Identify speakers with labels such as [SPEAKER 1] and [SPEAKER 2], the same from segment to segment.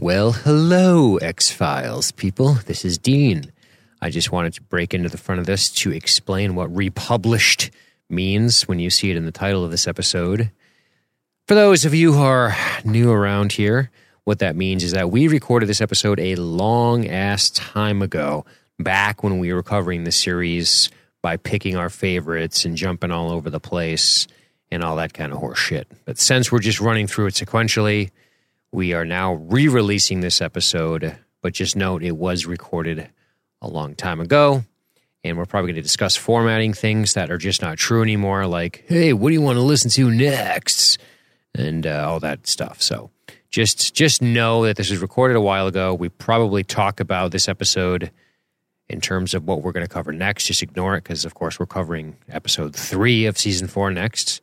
[SPEAKER 1] Well, hello, X Files people. This is Dean. I just wanted to break into the front of this to explain what republished means when you see it in the title of this episode. For those of you who are new around here, what that means is that we recorded this episode a long ass time ago, back when we were covering the series by picking our favorites and jumping all over the place and all that kind of horse shit. But since we're just running through it sequentially, we are now re releasing this episode. But just note it was recorded a long time ago. And we're probably going to discuss formatting things that are just not true anymore, like, hey, what do you want to listen to next? And uh, all that stuff. So just just know that this was recorded a while ago. We probably talk about this episode in terms of what we're going to cover next. Just ignore it because, of course, we're covering episode three of season four next.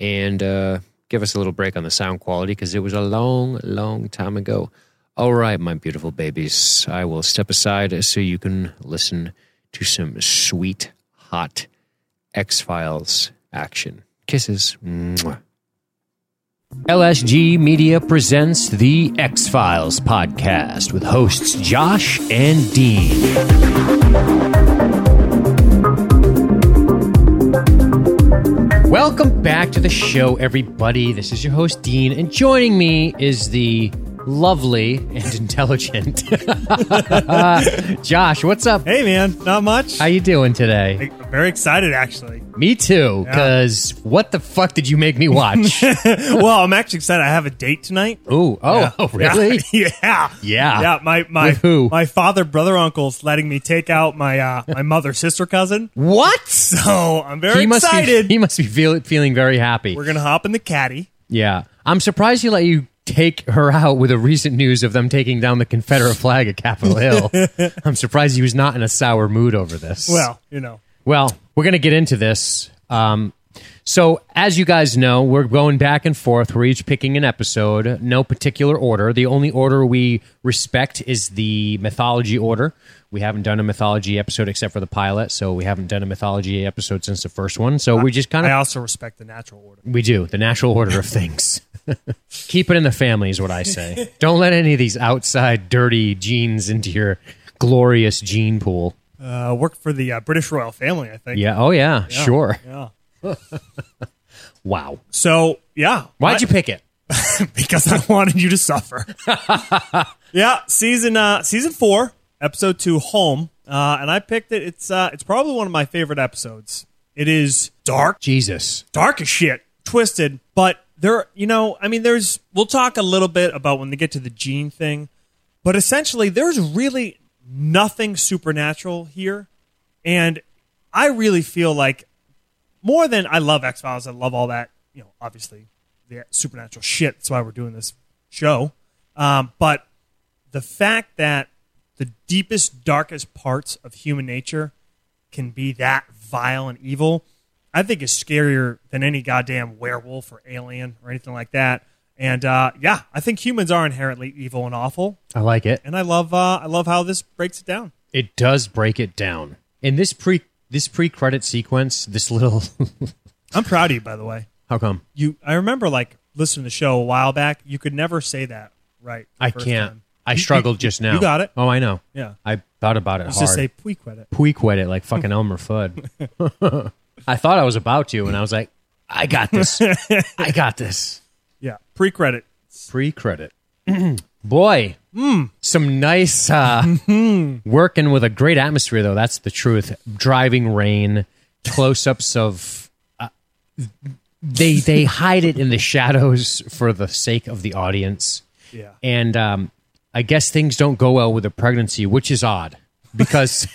[SPEAKER 1] And uh, give us a little break on the sound quality because it was a long, long time ago. All right, my beautiful babies, I will step aside so you can listen to some sweet, hot X Files action. Kisses. Mwah. LSG Media presents the X Files podcast with hosts Josh and Dean. Welcome back to the show, everybody. This is your host, Dean, and joining me is the lovely and intelligent Josh. What's up?
[SPEAKER 2] Hey man, not much.
[SPEAKER 1] How you doing today?
[SPEAKER 2] I'm very excited actually.
[SPEAKER 1] Me too, because what the fuck did you make me watch?
[SPEAKER 2] well, I'm actually excited. I have a date tonight.
[SPEAKER 1] Ooh, oh,
[SPEAKER 2] Yeah.
[SPEAKER 1] oh, really?
[SPEAKER 2] Yeah. Yeah.
[SPEAKER 1] Yeah.
[SPEAKER 2] Yeah, my my
[SPEAKER 1] With who?
[SPEAKER 2] my father, brother, uncle's letting me take out my uh my mother, sister, cousin.
[SPEAKER 1] What?
[SPEAKER 2] So, I'm very
[SPEAKER 1] He must
[SPEAKER 2] excited.
[SPEAKER 1] be. He must be feel, feeling very happy.
[SPEAKER 2] We're going to hop in the caddy.
[SPEAKER 1] Yeah, I'm surprised he let you take her out with the recent news of them taking down the Confederate flag at Capitol Hill. I'm surprised he was not in a sour mood over this.
[SPEAKER 2] Well, you know.
[SPEAKER 1] Well, we're going to get into this. Um, so, as you guys know, we're going back and forth. We're each picking an episode, no particular order. The only order we respect is the mythology order. We haven't done a mythology episode except for the pilot, so we haven't done a mythology episode since the first one. So we just kind
[SPEAKER 2] I
[SPEAKER 1] of
[SPEAKER 2] also respect the natural order.
[SPEAKER 1] we do the natural order of things. Keep it in the family is what I say. Don't let any of these outside dirty genes into your glorious gene pool.
[SPEAKER 2] Uh worked for the uh, British royal family, I think.
[SPEAKER 1] Yeah. Oh yeah. Sure.
[SPEAKER 2] Yeah.
[SPEAKER 1] Wow.
[SPEAKER 2] So, yeah.
[SPEAKER 1] Why'd you pick it?
[SPEAKER 2] because I wanted you to suffer. yeah, season uh, season four, episode two, home, uh, and I picked it. It's uh, it's probably one of my favorite episodes. It is dark,
[SPEAKER 1] Jesus.
[SPEAKER 2] dark as shit, twisted, but there, you know, I mean, there's. We'll talk a little bit about when they get to the gene thing, but essentially, there's really nothing supernatural here, and I really feel like more than I love X Files, I love all that, you know, obviously the supernatural shit. That's why we're doing this show. Um, but the fact that the deepest, darkest parts of human nature can be that vile and evil, I think is scarier than any goddamn werewolf or alien or anything like that. And uh, yeah, I think humans are inherently evil and awful,
[SPEAKER 1] I like it.
[SPEAKER 2] and I love uh, I love how this breaks it down.
[SPEAKER 1] It does break it down. In this pre this pre credit sequence, this little
[SPEAKER 2] I'm proud of you, by the way.
[SPEAKER 1] how come
[SPEAKER 2] you I remember like listening to the show a while back. You could never say that right. the
[SPEAKER 1] I
[SPEAKER 2] first
[SPEAKER 1] can't.
[SPEAKER 2] time.
[SPEAKER 1] I struggled just now.
[SPEAKER 2] you got it.
[SPEAKER 1] Oh, I know.
[SPEAKER 2] Yeah.
[SPEAKER 1] I thought about it
[SPEAKER 2] Let's
[SPEAKER 1] hard.
[SPEAKER 2] just say pui credit.
[SPEAKER 1] Quit it like fucking Elmer Fudd. I thought I was about to, and I was like, I got this. I got this.
[SPEAKER 2] Yeah. Pre credit.
[SPEAKER 1] Pre credit. Boy, some nice uh, working with a great atmosphere, though. That's the truth. Driving rain, close ups of. Uh, they they hide it in the shadows for the sake of the audience
[SPEAKER 2] Yeah.
[SPEAKER 1] and um, I guess things don't go well with a pregnancy, which is odd because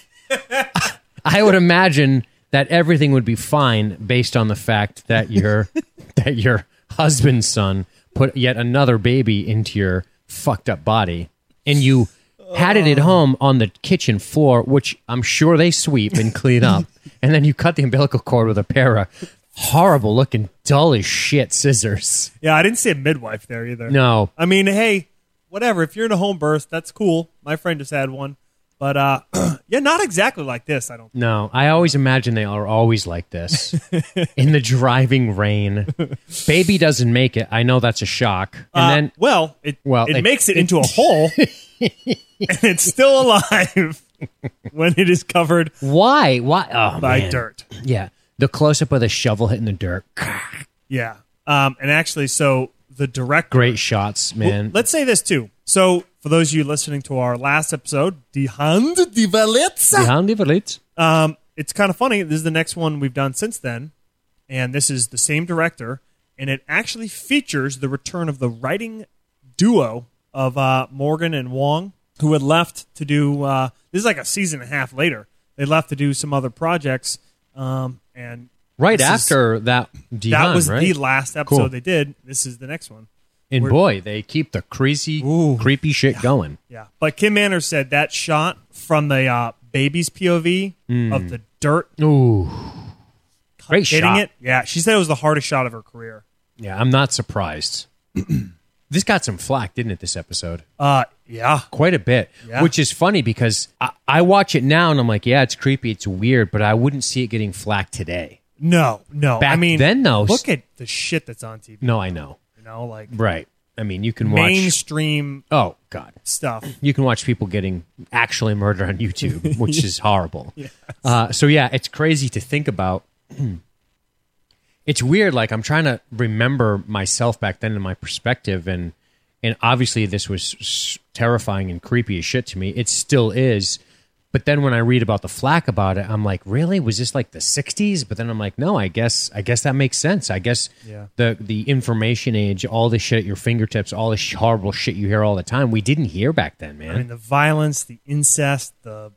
[SPEAKER 1] I would imagine that everything would be fine based on the fact that your that your husband's son put yet another baby into your fucked up body, and you had it at home on the kitchen floor, which I'm sure they sweep and clean up, and then you cut the umbilical cord with a pair of horrible looking dull as shit scissors.
[SPEAKER 2] Yeah, I didn't see a midwife there either.
[SPEAKER 1] No,
[SPEAKER 2] I mean, hey, whatever. If you're in a home birth, that's cool. My friend just had one. But uh, yeah, not exactly like this. I don't.
[SPEAKER 1] No, I always imagine they are always like this in the driving rain. Baby doesn't make it. I know that's a shock. And
[SPEAKER 2] uh,
[SPEAKER 1] then
[SPEAKER 2] well, it
[SPEAKER 1] Well,
[SPEAKER 2] it,
[SPEAKER 1] it-
[SPEAKER 2] makes it, into a hole, and it's still alive when it is covered
[SPEAKER 1] why? Why? Oh,
[SPEAKER 2] by
[SPEAKER 1] man.
[SPEAKER 2] dirt.
[SPEAKER 1] Yeah, the close up of the shovel hitting the dirt.
[SPEAKER 2] Yeah. Um, and actually, so the director.
[SPEAKER 1] Great shots, man.
[SPEAKER 2] Let's say this too. So for those of you listening to our last episode, Die Hand die Welt,
[SPEAKER 1] Behind the Verlies.
[SPEAKER 2] um, it's kind of funny. This is the next one we've done since then, and this is the same director, and it actually features the return of the writing duo of uh, Morgan and Wong, who had left to do. Uh, this is like a season and a half later. They left to do some other projects, um, and
[SPEAKER 1] Right
[SPEAKER 2] This is-
[SPEAKER 1] after that, Dihan,
[SPEAKER 2] that was
[SPEAKER 1] right?
[SPEAKER 2] the last episode
[SPEAKER 1] Cool.
[SPEAKER 2] they did. This is the next one.
[SPEAKER 1] and boy, they keep the crazy,
[SPEAKER 2] Ooh.
[SPEAKER 1] creepy shit going.
[SPEAKER 2] Yeah, but Kim Manners said that shot from the uh, baby's POV of the dirt
[SPEAKER 1] Ooh, Hmm. great
[SPEAKER 2] hitting
[SPEAKER 1] shot.
[SPEAKER 2] it. Yeah, she said it was the hardest shot of her career.
[SPEAKER 1] Yeah, I'm not surprised. this got some flack, didn't it? This episode.
[SPEAKER 2] Uh, yeah,
[SPEAKER 1] quite a bit,
[SPEAKER 2] Yeah.
[SPEAKER 1] which is funny because I, I watch it now and I'm like, yeah, it's creepy, it's weird, but I wouldn't see it getting flack today.
[SPEAKER 2] no, no. I
[SPEAKER 1] Back
[SPEAKER 2] mean,
[SPEAKER 1] then, though,
[SPEAKER 2] look at the shit that's on TV.
[SPEAKER 1] No, I know,
[SPEAKER 2] You know, like
[SPEAKER 1] right? I mean, you can watch.
[SPEAKER 2] mainstream
[SPEAKER 1] oh God,
[SPEAKER 2] stuff.
[SPEAKER 1] you can watch people getting actually murdered on YouTube, which is horrible. Uh, so yeah, it's crazy to think about. it's weird. Like I'm trying to remember myself back then and my perspective, and and obviously this was s- terrifying and creepy as shit to me. It still is. But then when I read about the flack about it, I'm like, really? Was this like the '60s? But then I'm like, no. I guess I guess that makes sense. I guess
[SPEAKER 2] Yeah.
[SPEAKER 1] the the information age, all this shit at your fingertips, all this horrible shit you hear all the time. We didn't hear back then, man.
[SPEAKER 2] I mean, the violence, the incest, the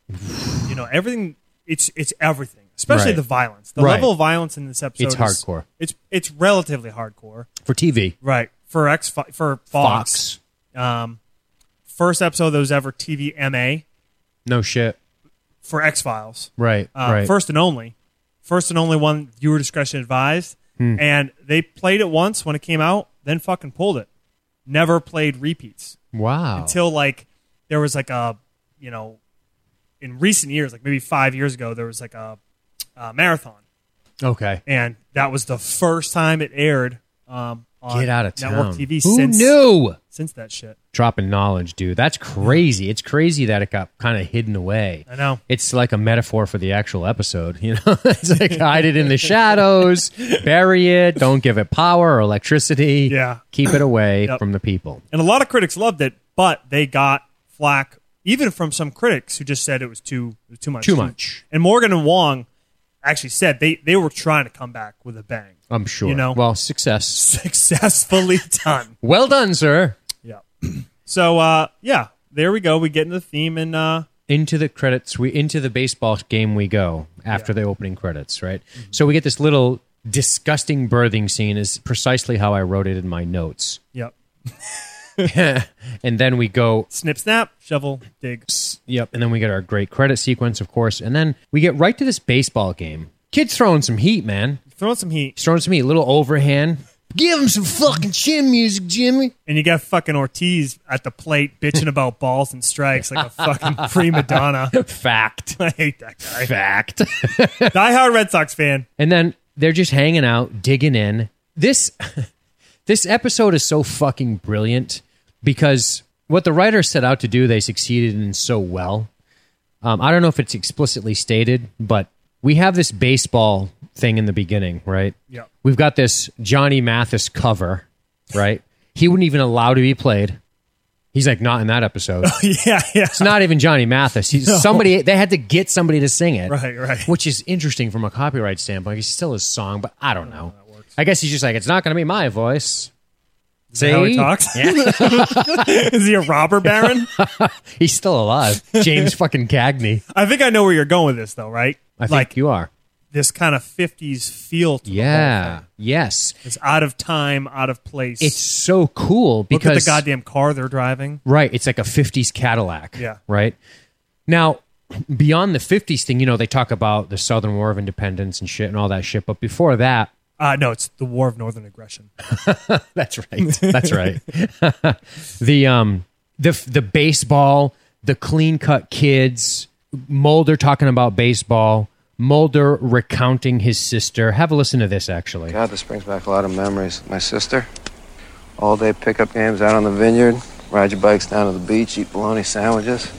[SPEAKER 2] you know everything. It's it's everything, especially
[SPEAKER 1] Right.
[SPEAKER 2] the violence. The
[SPEAKER 1] Right.
[SPEAKER 2] level of violence in this episode
[SPEAKER 1] It's
[SPEAKER 2] is-
[SPEAKER 1] hardcore.
[SPEAKER 2] It's it's relatively hardcore,
[SPEAKER 1] for TV,
[SPEAKER 2] right? For X for Fox.
[SPEAKER 1] Fox,
[SPEAKER 2] um, first episode that was ever TV MA
[SPEAKER 1] no shit,
[SPEAKER 2] for X Files.
[SPEAKER 1] right?
[SPEAKER 2] Uh,
[SPEAKER 1] right.
[SPEAKER 2] First and only. First and only one viewer discretion advised.
[SPEAKER 1] Hmm.
[SPEAKER 2] And they played it once when it came out, then fucking pulled it. Never played repeats
[SPEAKER 1] wow.
[SPEAKER 2] until like there was like a, you know, in recent years, like maybe five years ago, there was like a, a marathon.
[SPEAKER 1] okay.
[SPEAKER 2] And that was the first time it aired um, on
[SPEAKER 1] Get out of town.
[SPEAKER 2] network TV
[SPEAKER 1] Who
[SPEAKER 2] since,
[SPEAKER 1] knew?
[SPEAKER 2] since that shit.
[SPEAKER 1] dropping knowledge, dude. That's crazy. It's crazy that it got kind of hidden away.
[SPEAKER 2] I know.
[SPEAKER 1] It's like a metaphor for the actual episode, you know. it's like hide it in the shadows, bury it, don't give it power or electricity.
[SPEAKER 2] Yeah.
[SPEAKER 1] Keep it away
[SPEAKER 2] Yep.
[SPEAKER 1] from the people.
[SPEAKER 2] And a lot of critics loved it, but they got flack even from some critics who just said it was too it was too much.
[SPEAKER 1] Too much.
[SPEAKER 2] And Morgan and Wong actually said they they were trying to come back with a bang.
[SPEAKER 1] I'm sure.
[SPEAKER 2] You know.
[SPEAKER 1] Well, success.
[SPEAKER 2] Successfully done.
[SPEAKER 1] Well done, sir.
[SPEAKER 2] yeah. So uh yeah, there we go. We get into the theme and uh
[SPEAKER 1] into the credits we into the baseball game we go after the opening credits right so we get this little disgusting birthing scene is precisely how i wrote it in my notes
[SPEAKER 2] yep.
[SPEAKER 1] and then we go
[SPEAKER 2] Snip snap, shovel, dig.
[SPEAKER 1] yep and then we get our great credit sequence of course and then we get right to this baseball game kids throwing some heat man
[SPEAKER 2] Throw in some heat.
[SPEAKER 1] he's throwing some heat little overhand give him some fucking chin music jimmy
[SPEAKER 2] And you got fucking Ortiz at the plate bitching about balls and strikes like a fucking prima donna.
[SPEAKER 1] fact
[SPEAKER 2] I hate that guy.
[SPEAKER 1] fact
[SPEAKER 2] Die hard Red Sox fan.
[SPEAKER 1] and then they're just hanging out digging in this this episode is so fucking brilliant because what the writers set out to do they succeeded in so well um, i don't know if it's explicitly stated but we have this baseball thing in the beginning right
[SPEAKER 2] Yeah.
[SPEAKER 1] we've got this johnny mathis cover right he wouldn't even allow to be played he's like not in that episode
[SPEAKER 2] yeah, yeah.
[SPEAKER 1] it's not even Johnny Mathis. He's somebody they had to get somebody to sing it.
[SPEAKER 2] Right, right.
[SPEAKER 1] Which is interesting from a copyright standpoint. It's still his song, but I don't know. I guess he's just like, it's not gonna be my voice. See?
[SPEAKER 2] how he talks?
[SPEAKER 1] Yeah.
[SPEAKER 2] Is he a robber baron?
[SPEAKER 1] he's still alive. James fucking Cagney.
[SPEAKER 2] I think I know where you're going with this, though, right?
[SPEAKER 1] I think
[SPEAKER 2] like
[SPEAKER 1] you are.
[SPEAKER 2] this kind of '50s feel. To the whole
[SPEAKER 1] Yeah.
[SPEAKER 2] thing.
[SPEAKER 1] Yes.
[SPEAKER 2] it's out of time, out of place.
[SPEAKER 1] It's so cool
[SPEAKER 2] look
[SPEAKER 1] because
[SPEAKER 2] at the goddamn car they're driving.
[SPEAKER 1] Right. It's like a 50s Cadillac.
[SPEAKER 2] Yeah.
[SPEAKER 1] Right. Now, beyond the 50s thing, you know, they talk about the Southern War of Independence and shit and all that shit. But before that,
[SPEAKER 2] Uh, no, it's the War of Northern Aggression.
[SPEAKER 1] That's right. That's right. the um the the baseball, the clean cut kids, Mulder talking about baseball, Mulder recounting his sister. Have a listen to this, actually.
[SPEAKER 3] God, this brings back a lot of memories. My sister, all day pickup games out on the vineyard, ride your bikes down to the beach, eat bologna sandwiches.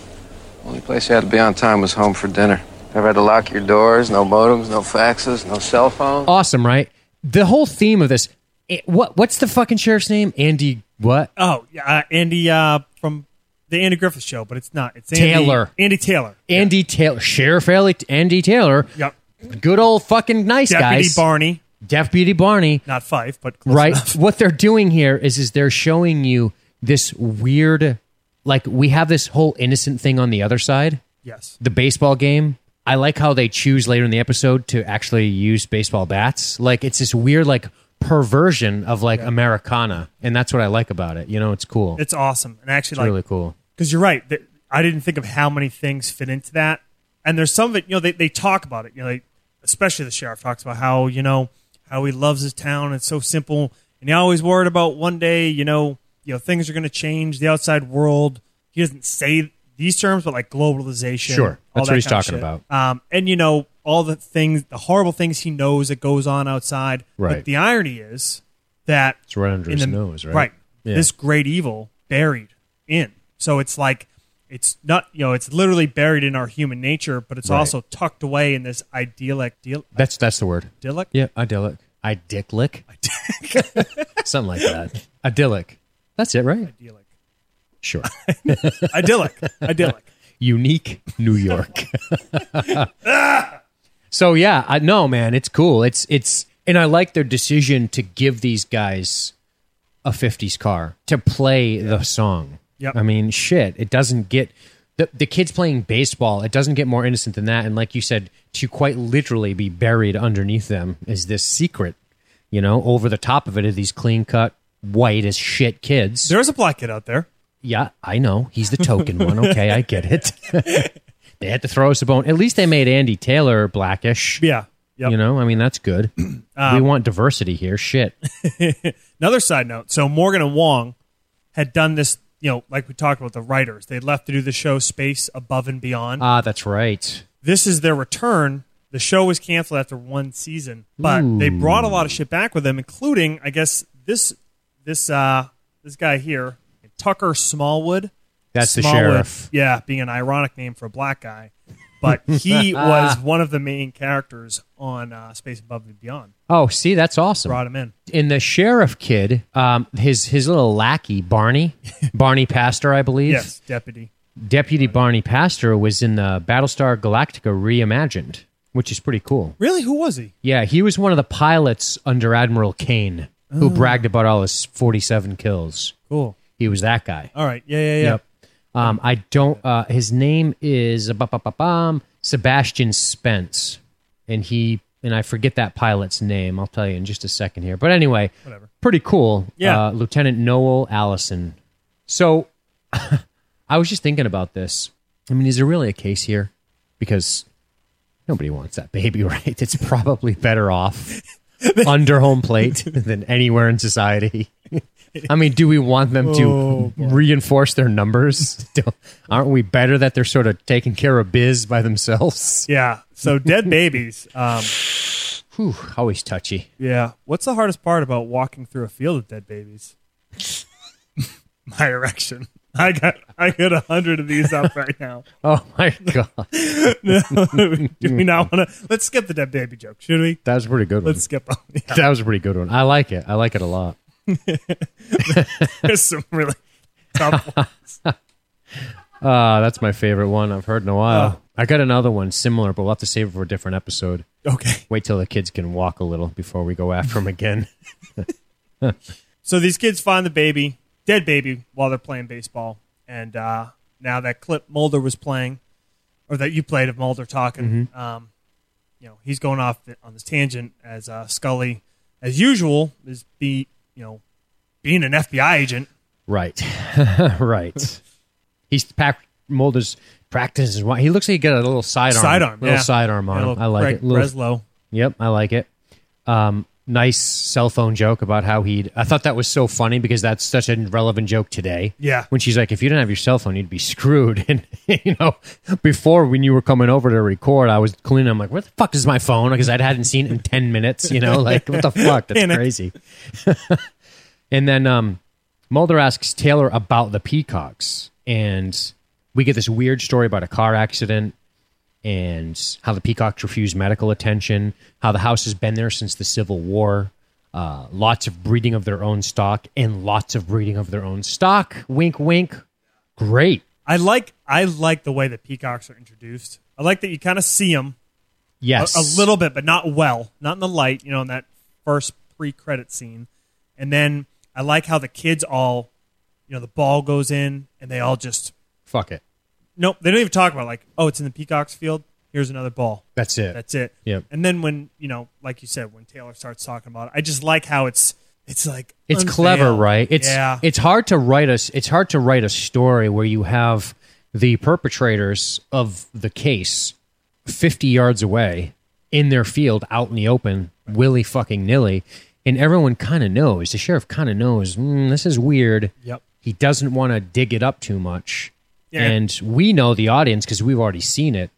[SPEAKER 3] Only place you had to be on time was home for dinner. Never had to lock your doors, no modems, no faxes, no cell phone.
[SPEAKER 1] Awesome, right? The whole theme of this. eh, What what's the fucking sheriff's name? Andy what?
[SPEAKER 2] Oh, yeah, uh, Andy uh, from the Andy Griffith Show, but it's not. It's Andy,
[SPEAKER 1] Taylor.
[SPEAKER 2] Andy Taylor.
[SPEAKER 1] Andy Taylor, Sheriff Ellie, Andy Taylor,
[SPEAKER 2] Yep.
[SPEAKER 1] good old fucking nice
[SPEAKER 2] Deputy
[SPEAKER 1] guys,
[SPEAKER 2] Barney,
[SPEAKER 1] Deputy Barney.
[SPEAKER 2] not Fife, but close
[SPEAKER 1] right
[SPEAKER 2] enough.
[SPEAKER 1] what they're doing here is is they're showing you this weird like we have this whole innocent thing on the other side
[SPEAKER 2] Yes.
[SPEAKER 1] the baseball game i like how they choose later in the episode to actually use baseball bats like it's this weird like perversion of like americana and that's what i like about it you know it's cool it's,
[SPEAKER 2] It's awesome. And I actually, like,
[SPEAKER 1] really cool
[SPEAKER 2] because you're right. That I didn't think of how many things fit into that. And there's some of it, you know, they, they talk about it. You know, they, especially the sheriff talks about how, you know, how he loves his town. It's so simple. And he always worried about one day, you know, you know, things are going to change the outside world. He doesn't say these terms, but like globalization.
[SPEAKER 1] Sure.
[SPEAKER 2] all
[SPEAKER 1] That's
[SPEAKER 2] that
[SPEAKER 1] what he's
[SPEAKER 2] kind of
[SPEAKER 1] talking
[SPEAKER 2] shit.
[SPEAKER 1] about.
[SPEAKER 2] Um, and you know, all the things, the horrible things he knows that goes on outside.
[SPEAKER 1] Right.
[SPEAKER 2] But the irony is that
[SPEAKER 1] it's right under
[SPEAKER 2] in
[SPEAKER 1] his
[SPEAKER 2] the-
[SPEAKER 1] nose right Yeah.
[SPEAKER 2] This great evil buried in. So it's like it's not you know it's literally buried in our human nature, but it's
[SPEAKER 1] Right.
[SPEAKER 2] also tucked away in this idyllic deal,
[SPEAKER 1] that's that's the word
[SPEAKER 2] idyllic
[SPEAKER 1] yeah idyllic idyllic something like that idyllic that's it right
[SPEAKER 2] idyllic
[SPEAKER 1] sure
[SPEAKER 2] idyllic idyllic.
[SPEAKER 1] unique New York. so yeah, I no man, it's cool. It's it's and I like their decision to give these guys a 50s car to play the song.
[SPEAKER 2] Yep.
[SPEAKER 1] I mean, shit, it doesn't get the the kids playing baseball, it doesn't get more innocent than that and like you said, to quite literally be buried underneath them is this secret, you know, over the top of it are these clean-cut white as shit kids.
[SPEAKER 2] There's a black kid out there.
[SPEAKER 1] Yeah, I know. He's the token one. Okay, I get it. they had to throw us a bone. At least they made Andy Taylor blackish.
[SPEAKER 2] Yeah. Yep. Um,
[SPEAKER 1] You know, I mean, that's good. we want diversity here. Shit.
[SPEAKER 2] Another side note. So Morgan and Wong had done this. You know, like we talked about the writers, they left to do the show Space Above and Beyond.
[SPEAKER 1] Ah, that's right.
[SPEAKER 2] this is their return. The show was canceled after one season, but they brought a lot of shit back with them, including, I guess, this this uh, this guy here, Tucker Smallwood.
[SPEAKER 1] That's the
[SPEAKER 2] Smallwood,
[SPEAKER 1] sheriff.
[SPEAKER 2] Yeah, being an ironic name for a black guy, but he was one of the main characters on uh, Space Above and Beyond.
[SPEAKER 1] Oh, see, that's awesome.
[SPEAKER 2] Brought him in.
[SPEAKER 1] in the sheriff kid, um, his his little lackey Barney, Barney Pastor, I believe.
[SPEAKER 2] Yes, deputy.
[SPEAKER 1] Deputy Barney Pastor was in the Battlestar Galactica reimagined, which is pretty cool.
[SPEAKER 2] Really, who was he?
[SPEAKER 1] Yeah, he was one of the pilots under Admiral Kane,
[SPEAKER 2] Oh.
[SPEAKER 1] who bragged about all his 47 kills.
[SPEAKER 2] Cool.
[SPEAKER 1] He was that guy.
[SPEAKER 2] All right. Yeah, yeah, yeah.
[SPEAKER 1] Yep. Um, I don't. Uh, his name is uh, ba-ba-ba-bam, um, Sebastian Spence, and he and I forget that pilot's name. I'll tell you in just a second here. But anyway,
[SPEAKER 2] Whatever.
[SPEAKER 1] pretty cool.
[SPEAKER 2] Yeah.
[SPEAKER 1] uh, Lieutenant Noel Allison. So, I was just thinking about this. I mean, is there really a case here? Because nobody wants that baby, right? It's probably better off under home plate than anywhere in society. I mean, do we want them to reinforce their numbers? Don't- Aren't we better that they're sort of taking care of biz by themselves?
[SPEAKER 2] Yeah. So dead babies. Um,
[SPEAKER 1] Whew, always touchy.
[SPEAKER 2] Yeah. What's the hardest part about walking through a field of dead babies? My erection. I got I got a hundred of these up right now.
[SPEAKER 1] Oh my god,
[SPEAKER 2] No, do we not want to? Let's skip the dead baby joke, should we?
[SPEAKER 1] that was a pretty good one.
[SPEAKER 2] Let's skip. on- Yeah,
[SPEAKER 1] That was a pretty good one. I like it. I like it a lot.
[SPEAKER 2] there's some really tough. ones.
[SPEAKER 1] Uh, that's my favorite one I've heard in a while. I got another one similar, but we'll have to save it for a different episode.
[SPEAKER 2] Okay.
[SPEAKER 1] Wait till the kids can walk a little before we go after them again.
[SPEAKER 2] So these kids find the baby, dead baby, while they're playing baseball, and uh, now that clip Mulder was playing, or that you played of Mulder talking,
[SPEAKER 1] Mm-hmm.
[SPEAKER 2] um, you know, he's going off on this tangent as uh, Scully, as usual, is be you know, being an FBI agent.
[SPEAKER 1] Right. right. He's packed Mulder's practice is why he looks like he got a little sidearm.
[SPEAKER 2] Sidearm,
[SPEAKER 1] Little
[SPEAKER 2] yeah.
[SPEAKER 1] sidearm on
[SPEAKER 2] you
[SPEAKER 1] him.
[SPEAKER 2] know,
[SPEAKER 1] I like
[SPEAKER 2] Greg
[SPEAKER 1] it. Little-
[SPEAKER 2] Breslow.
[SPEAKER 1] yep, I like it. Um nice cell phone joke about how he'd. I thought that was so funny because that's such a relevant joke today.
[SPEAKER 2] Yeah.
[SPEAKER 1] When she's like, if you didn't have your cell phone, you'd be screwed. And, you know, before when you were coming over to record, I was cleaning. I'm like, where the fuck is my phone? Because I hadn't seen it in 10 minutes, you know, like, what the fuck? That's
[SPEAKER 2] Panic.
[SPEAKER 1] crazy. and then um, Mulder asks Taylor about the peacocks. And we get this weird story about a car accident and how the peacocks refuse medical attention, how the house has been there since the Civil War, uh, lots of breeding of their own stock, and lots of breeding of their own stock. Wink, wink. Great.
[SPEAKER 2] I like I like the way that peacocks are introduced. I like that you kind of see them a,
[SPEAKER 1] Yes.
[SPEAKER 2] a little bit, but not well, not in the light. You know, in that first pre-credit scene, and then I like how the kids all, you know, the ball goes in, and they all just
[SPEAKER 1] Fuck it.
[SPEAKER 2] nope. They don't even talk about it. like, oh, it's in the peacocks field. Here's another ball.
[SPEAKER 1] That's it.
[SPEAKER 2] That's it.
[SPEAKER 1] Yep.
[SPEAKER 2] And then when you know, like you said, when Taylor starts talking about it, I just like how it's it's like
[SPEAKER 1] it's
[SPEAKER 2] unveiled.
[SPEAKER 1] clever, right? It's
[SPEAKER 2] yeah.
[SPEAKER 1] it's hard to write us. It's hard to write a story where you have the perpetrators of the case fifty yards away in their field, out in the open, willy fucking nilly, and everyone kind of knows. The sheriff kind of knows. Mm, this is weird.
[SPEAKER 2] Yep.
[SPEAKER 1] He doesn't want to dig it up too much,
[SPEAKER 2] Yeah.
[SPEAKER 1] and we know the audience because we've already seen it.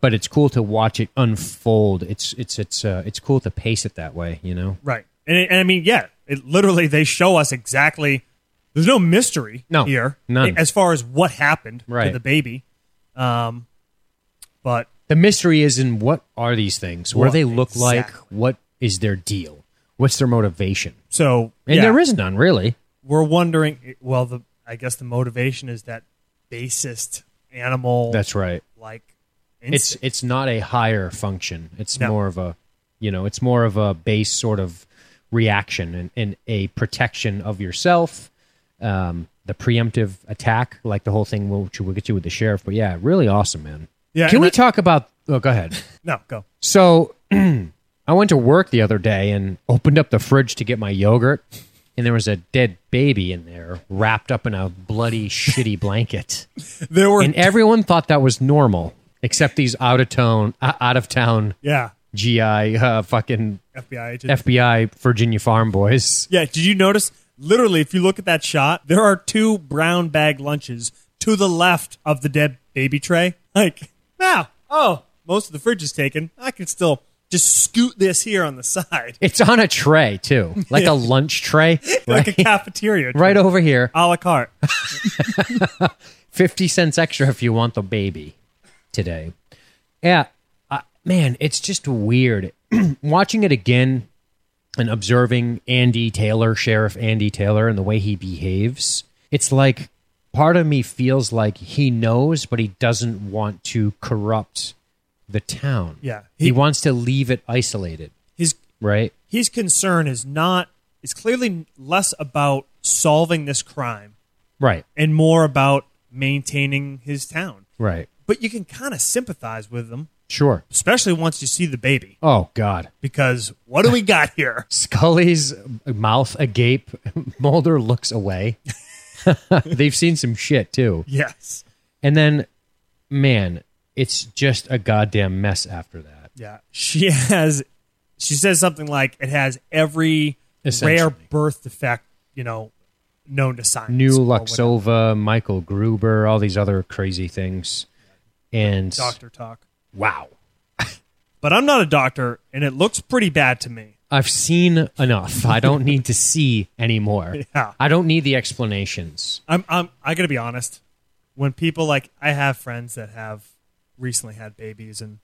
[SPEAKER 1] But it's cool to watch it unfold. It's it's it's uh, it's cool to pace it that way, you know.
[SPEAKER 2] Right. And, and I mean, yeah, it literally they show us exactly. There's no mystery
[SPEAKER 1] No,
[SPEAKER 2] here,
[SPEAKER 1] none.
[SPEAKER 2] as far as what happened to
[SPEAKER 1] Right.
[SPEAKER 2] the baby. Um, but
[SPEAKER 1] The mystery is in what are these things? What,
[SPEAKER 2] What
[SPEAKER 1] do they look like?
[SPEAKER 2] exactly?
[SPEAKER 1] What is their deal? What's their motivation?
[SPEAKER 2] so
[SPEAKER 1] And
[SPEAKER 2] yeah,
[SPEAKER 1] there is none, really.
[SPEAKER 2] we're wondering. Well, the I guess the motivation is that basest animal.
[SPEAKER 1] That's right.
[SPEAKER 2] like
[SPEAKER 1] It's it's not a higher function. It's
[SPEAKER 2] No.
[SPEAKER 1] more of a, you know, it's more of a base sort of reaction and, and a protection of yourself. Um, the preemptive attack, like the whole thing, will- which we'll get you with the sheriff. But yeah, really awesome, man.
[SPEAKER 2] Yeah,
[SPEAKER 1] Can
[SPEAKER 2] and
[SPEAKER 1] we
[SPEAKER 2] I-
[SPEAKER 1] talk about? Oh, go ahead.
[SPEAKER 2] no go.
[SPEAKER 1] So I went to work the other day and opened up the fridge to get my yogurt, and there was a dead baby in there wrapped up in a bloody, shitty blanket.
[SPEAKER 2] There were
[SPEAKER 1] And everyone thought that was normal, except these out of town, uh, out of town
[SPEAKER 2] yeah
[SPEAKER 1] GI uh, fucking
[SPEAKER 2] FBI agents.
[SPEAKER 1] FBI Virginia farm boys.
[SPEAKER 2] Yeah, did you notice? Literally, if you look at that shot, there are two brown bag lunches to the left of the dead baby tray. Like, wow, oh, most of the fridge is taken. I can still just scoot this here on the side,
[SPEAKER 1] It's on a tray too, like a lunch tray,
[SPEAKER 2] like
[SPEAKER 1] right,
[SPEAKER 2] a cafeteria, tray,
[SPEAKER 1] right over here.
[SPEAKER 2] a la carte.
[SPEAKER 1] fifty cents extra if you want the baby today. Yeah, uh, man, it's just weird watching it again and observing Andy Taylor, Sheriff Andy Taylor, and the way he behaves. It's like part of me feels like he knows, but he doesn't want to corrupt the town.
[SPEAKER 2] Yeah.
[SPEAKER 1] he,
[SPEAKER 2] He-
[SPEAKER 1] wants to leave it isolated,
[SPEAKER 2] His
[SPEAKER 1] right?
[SPEAKER 2] his concern is not is clearly less about solving this crime
[SPEAKER 1] Right,
[SPEAKER 2] and more about maintaining his town.
[SPEAKER 1] right,
[SPEAKER 2] But you can kind of sympathize with him,
[SPEAKER 1] sure.
[SPEAKER 2] especially once you see the baby,
[SPEAKER 1] Oh God.
[SPEAKER 2] because what do we got here?
[SPEAKER 1] Scully's mouth agape. Mulder looks away. They've seen some shit too.
[SPEAKER 2] Yes.
[SPEAKER 1] And then, man, it's just a goddamn mess after that.
[SPEAKER 2] Yeah. She has she says something like it has every
[SPEAKER 1] Essentially.
[SPEAKER 2] rare birth defect, you know, known to science.
[SPEAKER 1] New
[SPEAKER 2] or whatever.
[SPEAKER 1] Luxova, Michael Gruber, all these other crazy things. And
[SPEAKER 2] doctor talk.
[SPEAKER 1] wow,
[SPEAKER 2] But I'm not a doctor and it looks pretty bad to me.
[SPEAKER 1] I've seen enough. I don't need to see anymore.
[SPEAKER 2] Yeah.
[SPEAKER 1] I don't need the explanations.
[SPEAKER 2] I'm I'm I gotta be honest. When people like I have friends that have recently had babies and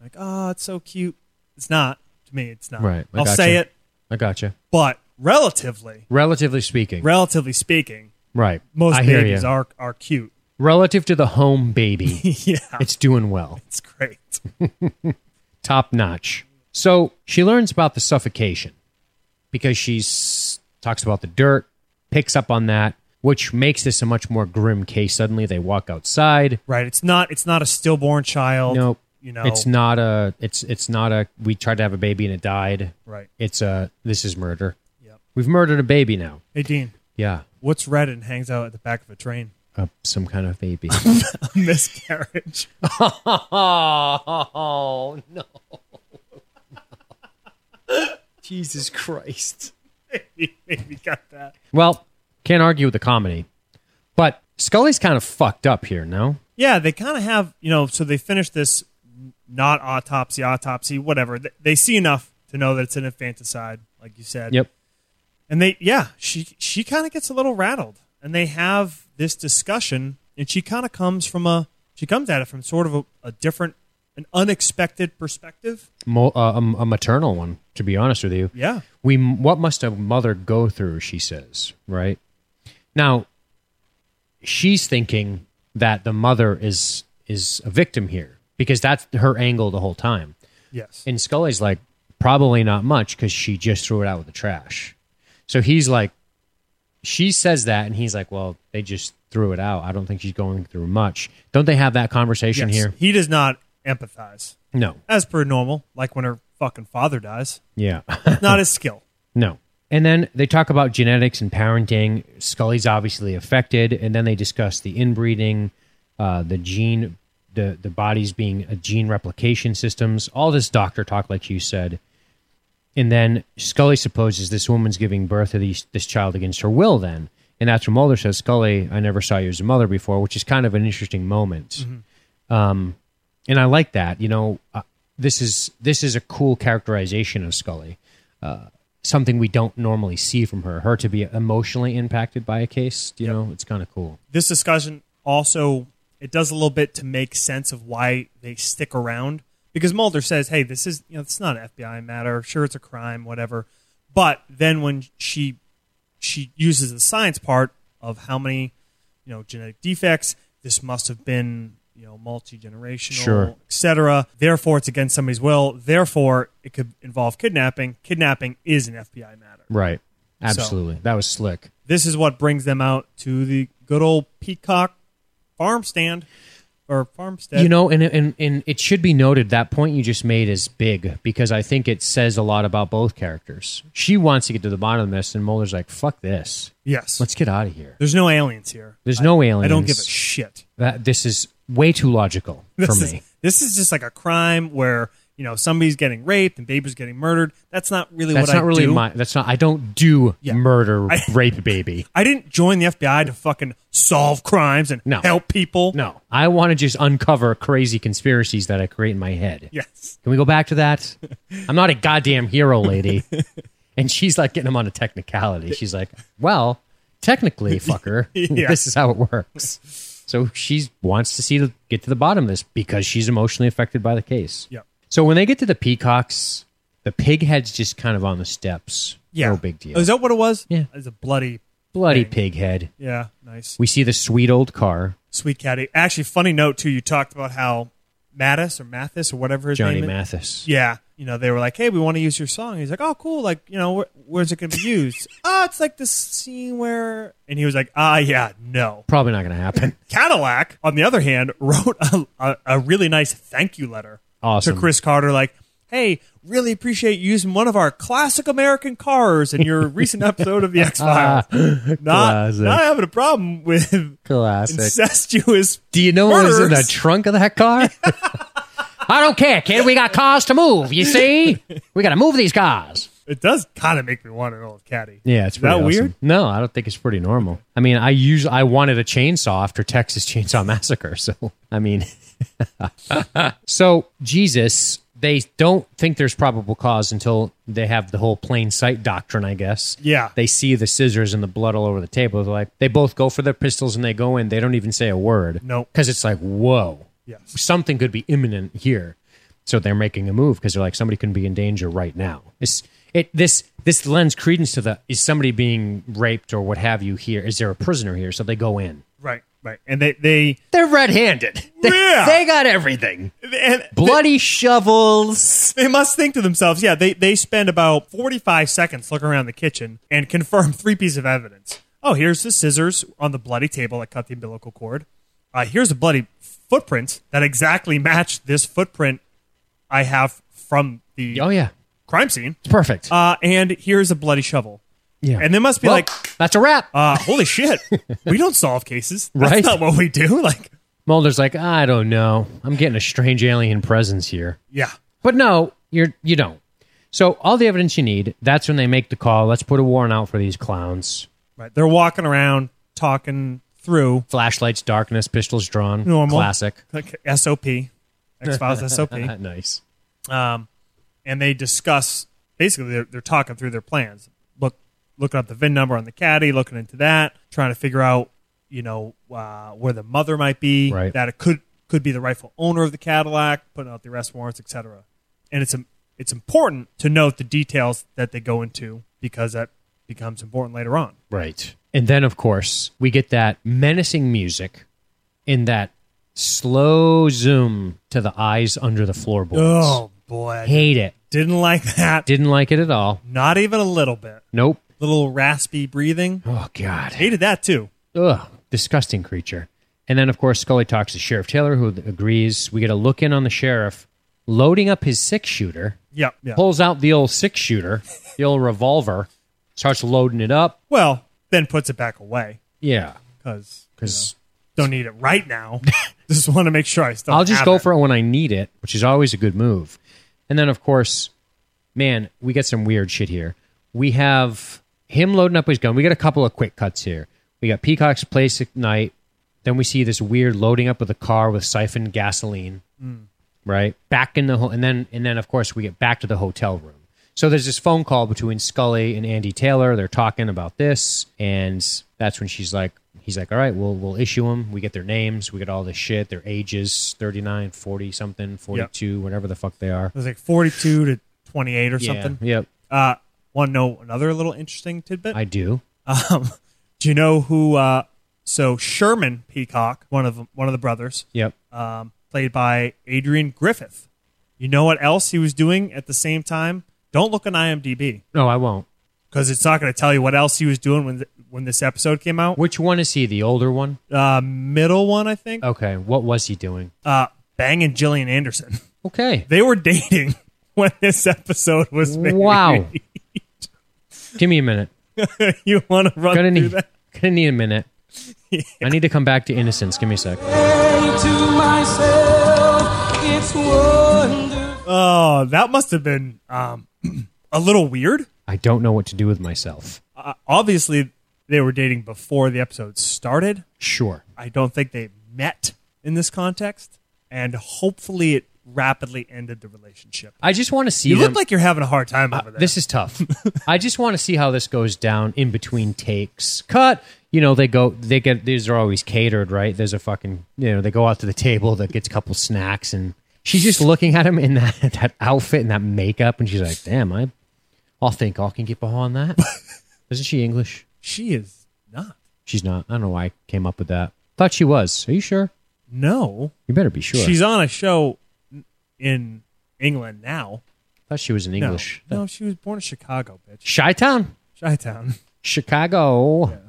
[SPEAKER 2] like, oh, it's so cute. It's not. To me, it's not.
[SPEAKER 1] Right. I
[SPEAKER 2] I'll
[SPEAKER 1] gotcha.
[SPEAKER 2] say it,
[SPEAKER 1] I gotcha.
[SPEAKER 2] but relatively
[SPEAKER 1] Relatively speaking,
[SPEAKER 2] relatively speaking,
[SPEAKER 1] right?
[SPEAKER 2] most
[SPEAKER 1] I hear
[SPEAKER 2] babies
[SPEAKER 1] ya.
[SPEAKER 2] are are cute.
[SPEAKER 1] relative to the home baby.
[SPEAKER 2] yeah.
[SPEAKER 1] it's doing well.
[SPEAKER 2] It's great.
[SPEAKER 1] top notch. So she learns about the suffocation because she talks about the dirt, picks up on that, which makes this a much more grim case. Suddenly they walk outside.
[SPEAKER 2] Right. It's not. It's not a stillborn child.
[SPEAKER 1] Nope.
[SPEAKER 2] You know.
[SPEAKER 1] It's not a. It's it's not a. We tried to have a baby and it died.
[SPEAKER 2] Right.
[SPEAKER 1] It's a. This is murder.
[SPEAKER 2] Yep.
[SPEAKER 1] We've murdered a baby now.
[SPEAKER 2] Hey, Dean.
[SPEAKER 1] Yeah.
[SPEAKER 2] What's red and hangs out at the back of a train?
[SPEAKER 1] Uh, some kind of baby.
[SPEAKER 2] A miscarriage.
[SPEAKER 1] oh no.
[SPEAKER 4] Jesus Christ.
[SPEAKER 2] Maybe maybe got that.
[SPEAKER 1] Well, can't argue with the comedy. But Scully's kind of fucked up here, no?
[SPEAKER 2] Yeah, they kind of have, you know, so they finish this not autopsy, autopsy, whatever. They, they see enough to know that it's an infanticide, like you said. And they, yeah, she she kind of gets a little rattled, and they have this discussion, and she kind of comes from a she comes at it from sort of a, a different, an unexpected perspective.
[SPEAKER 1] Mo- uh, a, a maternal one, to be honest with you.
[SPEAKER 2] Yeah,
[SPEAKER 1] we what must a mother go through she says right now she's thinking that the mother is is a victim here because that's her angle the whole time
[SPEAKER 2] yes,
[SPEAKER 1] and scully's like probably not much because she just threw it out with the trash so he's like she says that and he's like well they just threw it out i don't think she's going through much don't they have that conversation
[SPEAKER 2] yes.
[SPEAKER 1] here
[SPEAKER 2] He does not empathize,
[SPEAKER 1] no
[SPEAKER 2] as per normal, like when her fucking father dies.
[SPEAKER 1] yeah
[SPEAKER 2] Not his skill.
[SPEAKER 1] No. And then they talk about genetics and parenting. Scully's obviously affected, and then they discuss the inbreeding, uh, the gene, the the bodies being a gene replication systems. All this doctor talk, like you said. And then Scully supposes this woman's giving birth to these, this child against her will. Then, and that's when Mulder says, "Scully, I never saw you as a mother before," which is kind of an interesting moment. Um, and I like that. You know, uh, this is this is a cool characterization of Scully something we don't normally see from her. Her to be emotionally impacted by a case, you know, it's kind of cool.
[SPEAKER 2] This discussion also it does a little bit to make sense of why they stick around because Mulder says, "Hey, this is you know it's not an FBI matter. Sure, it's a crime, whatever." But then when she she uses the science part of how many you know genetic defects this must have been you know multi generational,
[SPEAKER 1] Sure.
[SPEAKER 2] etc. Therefore, it's against somebody's will. Therefore, it could involve kidnapping. Kidnapping is an FBI matter.
[SPEAKER 1] Right. Absolutely. That was slick.
[SPEAKER 2] This is what brings them out to the good old Peacock farm stand or farmstead.
[SPEAKER 1] you know, and, and and it should be noted that point you just made is big because I think it says a lot about both characters. She wants to get to the bottom of this, and Mulder's like, "Fuck this,
[SPEAKER 2] yes.
[SPEAKER 1] let's get out of here."
[SPEAKER 2] There's no aliens here.
[SPEAKER 1] There's no aliens.
[SPEAKER 2] I don't give a shit
[SPEAKER 1] That this is way too logical
[SPEAKER 2] this
[SPEAKER 1] for
[SPEAKER 2] Is,
[SPEAKER 1] me.
[SPEAKER 2] this is just like a crime where you know somebody's getting raped and baby's getting murdered. That's not really
[SPEAKER 1] That's
[SPEAKER 2] what
[SPEAKER 1] not
[SPEAKER 2] I
[SPEAKER 1] really
[SPEAKER 2] do.
[SPEAKER 1] my. That's not. I don't do
[SPEAKER 2] Yeah.
[SPEAKER 1] murder,
[SPEAKER 2] I-
[SPEAKER 1] rape, baby.
[SPEAKER 2] I didn't join the FBI to fucking solve crimes and
[SPEAKER 1] No.
[SPEAKER 2] help people.
[SPEAKER 1] No, I want to just uncover crazy conspiracies that I create in my head.
[SPEAKER 2] Yes.
[SPEAKER 1] Can we go back to that? I'm not a goddamn hero, lady. and she's like getting him on a technicality. She's like, well, technically, fucker,
[SPEAKER 2] Yeah.
[SPEAKER 1] this is how it works. So she wants to see the, get to the bottom of this because she's emotionally affected by the case.
[SPEAKER 2] Yep.
[SPEAKER 1] So when they get to the peacocks, the pig head's just kind of on the steps.
[SPEAKER 2] Yeah. Oh,
[SPEAKER 1] No big deal.
[SPEAKER 2] Is that what it was?
[SPEAKER 1] Yeah.
[SPEAKER 2] It's a bloody.
[SPEAKER 1] Bloody pig head.
[SPEAKER 2] Yeah. Nice.
[SPEAKER 1] We see the sweet old car,
[SPEAKER 2] Sweet caddy. Actually, funny note too. You talked about how Mattis or Mathis or whatever his
[SPEAKER 1] Johnny
[SPEAKER 2] name is.
[SPEAKER 1] Mathis.
[SPEAKER 2] Yeah. You know, they were like, hey, we want to use your song. He's like, oh, cool. Like, you know, where, where's it going to be used? Ah, it's like this scene where. And he was like, ah, yeah, no.
[SPEAKER 1] Probably not going to happen.
[SPEAKER 2] Cadillac, on the other hand, wrote a, a, a really nice thank you letter
[SPEAKER 1] Awesome.
[SPEAKER 2] to Chris Carter, like, "Hey, really appreciate you using one of our classic American cars in your recent episode of the X Files. not,
[SPEAKER 1] Classic.
[SPEAKER 2] not having a problem with
[SPEAKER 1] Classic.
[SPEAKER 2] incestuous.
[SPEAKER 1] Do you know what was in the
[SPEAKER 2] Murders.
[SPEAKER 1] trunk of that car? I don't care, kid. We got cars to move. You see, we got to move these cars.
[SPEAKER 2] It does kind of make me want an old caddy.
[SPEAKER 1] Yeah, it's
[SPEAKER 2] Is that
[SPEAKER 1] pretty awesome.
[SPEAKER 2] weird.
[SPEAKER 1] No, I don't think it's pretty normal. I mean, I usually I wanted a chainsaw after Texas Chainsaw Massacre, so I mean, so Jesus, they don't think there's probable cause until they have the whole plain sight doctrine, I guess.
[SPEAKER 2] Yeah.
[SPEAKER 1] they see the scissors and the blood all over the table. They're like, they both go for their pistols and they go in. They don't even say a word.
[SPEAKER 2] Nope.
[SPEAKER 1] because it's like, whoa,
[SPEAKER 2] Yes.
[SPEAKER 1] something could be imminent here. So they're making a move because they're like somebody can be in danger right now. It's it this this lends credence to the is somebody being raped or what have you here? Is there a prisoner here? So they go in.
[SPEAKER 2] Right. Right. And they they
[SPEAKER 1] They're red-handed. They,
[SPEAKER 2] Yeah.
[SPEAKER 1] they got everything.
[SPEAKER 2] and
[SPEAKER 1] Bloody shovels.
[SPEAKER 2] they must think to themselves, yeah, they, they spend about 45 seconds looking around the kitchen and confirm three pieces of evidence. Oh, here's the scissors on the bloody table that cut the umbilical cord. Uh, here's a bloody footprint that exactly matched this footprint I have from the
[SPEAKER 1] Oh yeah,
[SPEAKER 2] crime scene.
[SPEAKER 1] it's perfect.
[SPEAKER 2] Uh, and here's a bloody shovel.
[SPEAKER 1] yeah,
[SPEAKER 2] And they must be
[SPEAKER 1] Well,
[SPEAKER 2] like,
[SPEAKER 1] that's a wrap.
[SPEAKER 2] uh, holy shit, we don't solve cases. That's
[SPEAKER 1] Right.
[SPEAKER 2] not what we do. Like,
[SPEAKER 1] Mulder's like, I don't know. I'm getting a strange alien presence here.
[SPEAKER 2] yeah.
[SPEAKER 1] But no, you're you don't. So all the evidence you need. That's when they make the call. Let's put a warrant out for these clowns.
[SPEAKER 2] Right. They're walking around talking through
[SPEAKER 1] Flashlights, darkness, pistols drawn.
[SPEAKER 2] Normal.
[SPEAKER 1] Classic. Uh,
[SPEAKER 2] like, SOP, X Files SOP,
[SPEAKER 1] nice.
[SPEAKER 2] um, and they discuss basically they're, they're talking through their plans. Look, looking up the VIN number on the caddy, looking into that, trying to figure out you know uh, where the mother might be,
[SPEAKER 1] Right.
[SPEAKER 2] that it could could be the rightful owner of the Cadillac, putting out the arrest warrants, etc. And it's im- it's important to note the details that they go into because that becomes important later on.
[SPEAKER 1] Right. And then, of course, we get that menacing music in that slow zoom to the eyes under the floorboards.
[SPEAKER 2] Oh boy, I
[SPEAKER 1] Hate it.
[SPEAKER 2] didn't like that.
[SPEAKER 1] Didn't like it at all.
[SPEAKER 2] Not even a little bit.
[SPEAKER 1] Nope.
[SPEAKER 2] Little raspy breathing.
[SPEAKER 1] Oh, God.
[SPEAKER 2] Hated that too.
[SPEAKER 1] Ugh. Disgusting creature. And then, of course, Scully talks to Sheriff Taylor, who agrees. We get a look in on the sheriff loading up his six shooter,
[SPEAKER 2] Yeah, yeah.
[SPEAKER 1] pulls out the old six shooter, the old revolver, starts loading it up.
[SPEAKER 2] Well, then puts it back away
[SPEAKER 1] Yeah.
[SPEAKER 2] because
[SPEAKER 1] Because.
[SPEAKER 2] don't need it right now. just want to make sure I still.
[SPEAKER 1] I'll just
[SPEAKER 2] have
[SPEAKER 1] go
[SPEAKER 2] it.
[SPEAKER 1] for it when I need it, which is always a good move. And then, of course, man, we get some weird shit here. We have him loading up his gun. We got a couple of quick cuts here. We got Peacock's place at night. Then we see this weird loading up of the car with siphoned gasoline, right? Back in the ho- and then and then of course we get back to the hotel room. So there's this phone call between Scully and Andy Taylor. They're talking about this, and that's when she's like, he's like, all right, we'll we'll issue them. We get their names, we get all this shit, their ages, 39, 40 something, 42, whatever the fuck they are.
[SPEAKER 2] It was like forty-two to twenty-eight or
[SPEAKER 1] Yeah.
[SPEAKER 2] something.
[SPEAKER 1] Yep.
[SPEAKER 2] Uh, want to know another little interesting tidbit?
[SPEAKER 1] I do.
[SPEAKER 2] um, do you know who? Uh, so Sherman Peacock, one of them- one of the brothers,
[SPEAKER 1] Yep.
[SPEAKER 2] um, played by Adrian Griffith. You know what else he was doing at the same time? Don't look on IMDb
[SPEAKER 1] No, I won't.
[SPEAKER 2] because it's not going to tell you what else he was doing when th- when this episode came out.
[SPEAKER 1] Which one is he? The older one?
[SPEAKER 2] Uh, middle one, I think.
[SPEAKER 1] Okay. What was he doing?
[SPEAKER 2] uh, Bang and Jillian Anderson.
[SPEAKER 1] Okay.
[SPEAKER 2] They were dating when this episode was made.
[SPEAKER 1] Wow. Give me a minute.
[SPEAKER 2] you want to run
[SPEAKER 1] Gonna
[SPEAKER 2] through
[SPEAKER 1] need,
[SPEAKER 2] that?
[SPEAKER 1] gonna need a minute. I need to come back to innocence. Give me a sec.
[SPEAKER 2] Oh, that must have been um, a little weird.
[SPEAKER 1] I don't know what to do with myself.
[SPEAKER 2] Uh, obviously, they were dating before the episode started.
[SPEAKER 1] Sure.
[SPEAKER 2] I don't think they met in this context, and hopefully, it rapidly ended the relationship.
[SPEAKER 1] I just want to see
[SPEAKER 2] You
[SPEAKER 1] them.
[SPEAKER 2] look like you're having a hard time over there.
[SPEAKER 1] Uh, this is tough. I just want to see how this goes down in between takes. Cut. You know, they go, they get, these are always catered, right? There's a fucking, you know, they go out to the table that gets a couple snacks and she's just looking at him in that, that outfit and that makeup. And she's like, damn, I, I'll think I can get behind that. Isn't she English?
[SPEAKER 2] she is not.
[SPEAKER 1] She's not. I don't know why I came up with that. Thought she was. Are you sure?
[SPEAKER 2] No,
[SPEAKER 1] You better be sure.
[SPEAKER 2] she's on a show in England now.
[SPEAKER 1] Thought she was in
[SPEAKER 2] No.
[SPEAKER 1] English.
[SPEAKER 2] No, she was born in Chicago, bitch.
[SPEAKER 1] Chi Town,
[SPEAKER 2] Chi Town.
[SPEAKER 1] Chicago.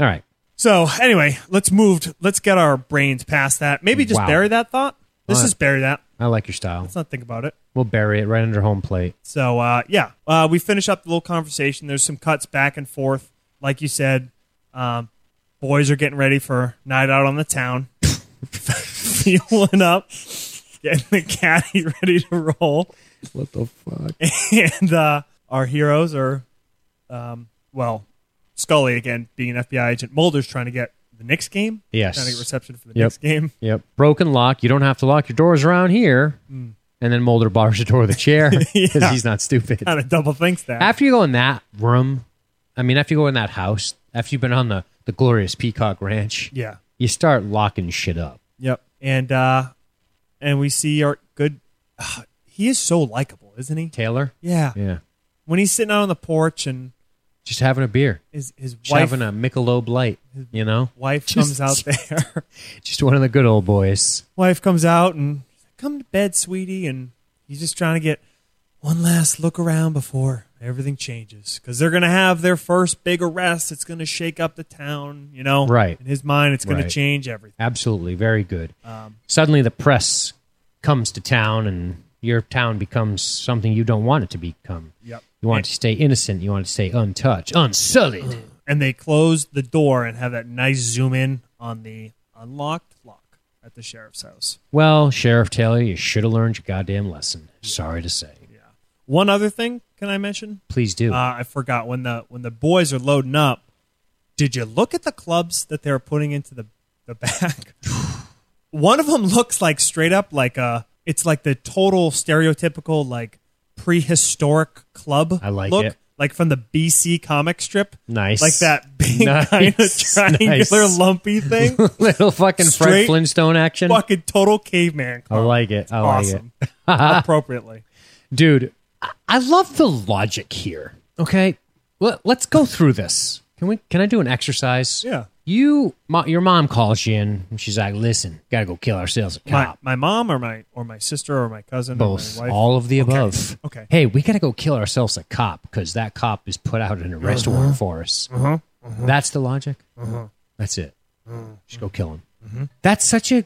[SPEAKER 1] All right.
[SPEAKER 2] So anyway, let's move. To, let's get our brains past that. Maybe just
[SPEAKER 1] Wow.
[SPEAKER 2] bury that thought. Let's
[SPEAKER 1] All
[SPEAKER 2] just bury that.
[SPEAKER 1] I like your style.
[SPEAKER 2] Let's not think about it.
[SPEAKER 1] We'll bury it right under home plate.
[SPEAKER 2] So uh, yeah, uh, we finish up the little conversation. There's some cuts back and forth. Like you said, um, boys are getting ready for night out on the town, fueling up, getting the caddy ready to roll.
[SPEAKER 1] What the fuck?
[SPEAKER 2] and uh, our heroes are, um, well, Scully again being an FBI agent. Mulder's trying to get the Knicks game.
[SPEAKER 1] Yes.
[SPEAKER 2] trying to get reception for the
[SPEAKER 1] Yep.
[SPEAKER 2] Knicks game.
[SPEAKER 1] Yep. Broken lock. You don't have to lock your doors around here. And then Mulder bars the door with a chair because
[SPEAKER 2] Mm. Yeah.
[SPEAKER 1] he's not stupid.
[SPEAKER 2] Kind of double thinks that.
[SPEAKER 1] After you go in that room, I mean, after you go in that house, after you've been on the, the glorious Peacock Ranch,
[SPEAKER 2] yeah.
[SPEAKER 1] you start locking shit up.
[SPEAKER 2] Yep. And uh, and we see our good. he is so likable, isn't he?
[SPEAKER 1] Taylor?
[SPEAKER 2] Yeah.
[SPEAKER 1] Yeah.
[SPEAKER 2] When he's sitting out on the porch and
[SPEAKER 1] Just having a beer.
[SPEAKER 2] his his
[SPEAKER 1] Just
[SPEAKER 2] wife
[SPEAKER 1] having a Michelob light, you know?
[SPEAKER 2] wife
[SPEAKER 1] Just-
[SPEAKER 2] comes out there.
[SPEAKER 1] Just one of the good old boys.
[SPEAKER 2] wife comes out and she's like, come to bed, sweetie, and he's just trying to get one last look around before everything changes because they're gonna have their first big arrest. It's gonna shake up the town, you know.
[SPEAKER 1] Right.
[SPEAKER 2] In his mind, it's gonna
[SPEAKER 1] Right.
[SPEAKER 2] change everything.
[SPEAKER 1] Absolutely, very good.
[SPEAKER 2] Um,
[SPEAKER 1] Suddenly, the press comes to town, and your town becomes something you don't want it to become.
[SPEAKER 2] Yep.
[SPEAKER 1] You want it to stay innocent. You want it to stay untouched, unsullied.
[SPEAKER 2] And they close the door and have that nice zoom in on the unlocked lock at the sheriff's house.
[SPEAKER 1] well, Sheriff Taylor, you should have learned your goddamn lesson. Sorry to say.
[SPEAKER 2] Yeah. One other thing, can I mention?
[SPEAKER 1] Please do.
[SPEAKER 2] Uh, I forgot when the when the boys are loading up. Did you look at the clubs that they're putting into the the back? One of them looks like straight up like a. It's like the total stereotypical like prehistoric club.
[SPEAKER 1] I like
[SPEAKER 2] look,
[SPEAKER 1] it.
[SPEAKER 2] Like from the BC comic strip.
[SPEAKER 1] Nice.
[SPEAKER 2] Like that big
[SPEAKER 1] Nice.
[SPEAKER 2] kind of triangular
[SPEAKER 1] Nice.
[SPEAKER 2] lumpy thing.
[SPEAKER 1] Little fucking Fred
[SPEAKER 2] Straight
[SPEAKER 1] Flintstone action.
[SPEAKER 2] Fucking total caveman.
[SPEAKER 1] I like it. Oh, I like it.
[SPEAKER 2] awesome. Appropriately.
[SPEAKER 1] dude I- i love the logic here okay Let, let's go through this can we can i do an exercise
[SPEAKER 2] Yeah.
[SPEAKER 1] you mo- your mom calls you in and she's like listen gotta go kill ourselves a
[SPEAKER 2] My,
[SPEAKER 1] cop
[SPEAKER 2] my mom or my or my sister or my cousin
[SPEAKER 1] both
[SPEAKER 2] or my wife.
[SPEAKER 1] all of the above
[SPEAKER 2] Okay.
[SPEAKER 1] hey we gotta go kill ourselves a cop because that cop has put out an arrest warrant for us uh-huh. that's the logic that's it just go kill him that's such a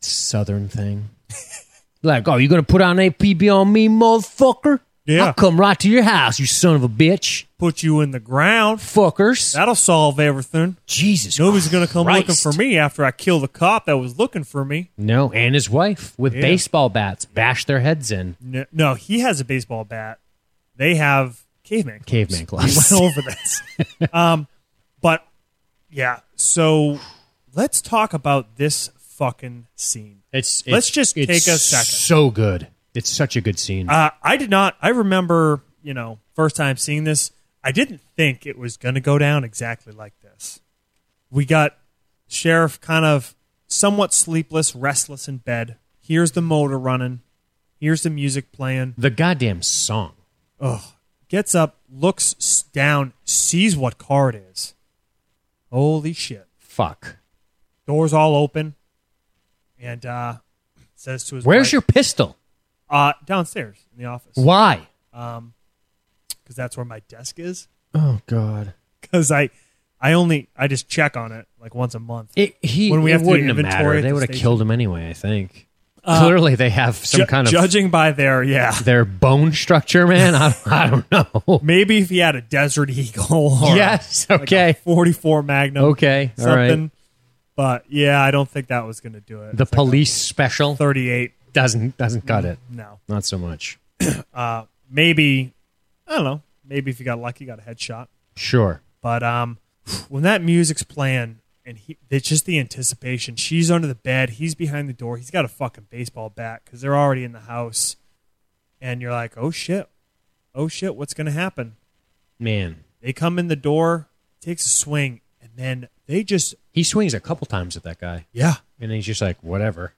[SPEAKER 1] southern thing like oh you gonna put on apb on me motherfucker
[SPEAKER 2] Yeah.
[SPEAKER 1] I'll come right to your house, you son of a bitch.
[SPEAKER 2] Put you in the ground.
[SPEAKER 1] Fuckers.
[SPEAKER 2] That'll solve everything.
[SPEAKER 1] Jesus.
[SPEAKER 2] Nobody's gonna come
[SPEAKER 1] Christ.
[SPEAKER 2] looking for me after I kill the cop that was looking for me.
[SPEAKER 1] No, and his wife with
[SPEAKER 2] Yeah.
[SPEAKER 1] baseball bats bash their heads in.
[SPEAKER 2] No, no, he has a baseball bat. They have caveman. Clubs.
[SPEAKER 1] Caveman clubs.
[SPEAKER 2] We went over this. um, but yeah, so let's talk about this fucking scene.
[SPEAKER 1] It's, it's
[SPEAKER 2] Let's just
[SPEAKER 1] it's
[SPEAKER 2] take a second.
[SPEAKER 1] So good. It's such a good scene.
[SPEAKER 2] Uh, I did not. I remember, you know, first time seeing this, I didn't think it was going to go down exactly like this. We got sheriff kind of somewhat sleepless, restless in bed. Here's the motor running. Here's the music playing.
[SPEAKER 1] the goddamn song.
[SPEAKER 2] Gets up, looks s- down, sees what car it is. Holy shit!
[SPEAKER 1] Fuck.
[SPEAKER 2] Doors all open, and uh, says to his
[SPEAKER 1] Where's
[SPEAKER 2] wife,
[SPEAKER 1] your pistol?
[SPEAKER 2] uh, downstairs in the office
[SPEAKER 1] Why?
[SPEAKER 2] because that's where my desk is.
[SPEAKER 1] Oh God.
[SPEAKER 2] because I, I only I just check on it like once a month.
[SPEAKER 1] It he
[SPEAKER 2] When
[SPEAKER 1] it
[SPEAKER 2] we have to do
[SPEAKER 1] wouldn't have
[SPEAKER 2] inventory
[SPEAKER 1] mattered.
[SPEAKER 2] at
[SPEAKER 1] They
[SPEAKER 2] the
[SPEAKER 1] would have
[SPEAKER 2] station. Uh,
[SPEAKER 1] killed him anyway, I think. Clearly they have some
[SPEAKER 2] Ju-
[SPEAKER 1] kind of
[SPEAKER 2] judging by their yeah,
[SPEAKER 1] their bone structure, man. I, I don't know.
[SPEAKER 2] maybe if he had a Desert Eagle, or
[SPEAKER 1] yes,
[SPEAKER 2] a, like a
[SPEAKER 1] okay.
[SPEAKER 2] forty-four Magnum,
[SPEAKER 1] Okay, all right.
[SPEAKER 2] something. But yeah, I don't think that was going to do it.
[SPEAKER 1] The
[SPEAKER 2] It's like a
[SPEAKER 1] police special
[SPEAKER 2] thirty-eight.
[SPEAKER 1] doesn't doesn't cut it.
[SPEAKER 2] No,
[SPEAKER 1] Not so much.
[SPEAKER 2] uh, maybe I don't know. Maybe if you got lucky, got a headshot.
[SPEAKER 1] Sure.
[SPEAKER 2] But um, when that music's playing and he, it's just the anticipation. She's under the bed. He's behind the door. He's got a fucking baseball bat because they're already in the house. And you're like, oh shit, oh shit, what's gonna happen?
[SPEAKER 1] Man,
[SPEAKER 2] They come in the door, takes a swing, and then they just
[SPEAKER 1] he swings a couple times at that guy,
[SPEAKER 2] yeah
[SPEAKER 1] and he's just like, whatever,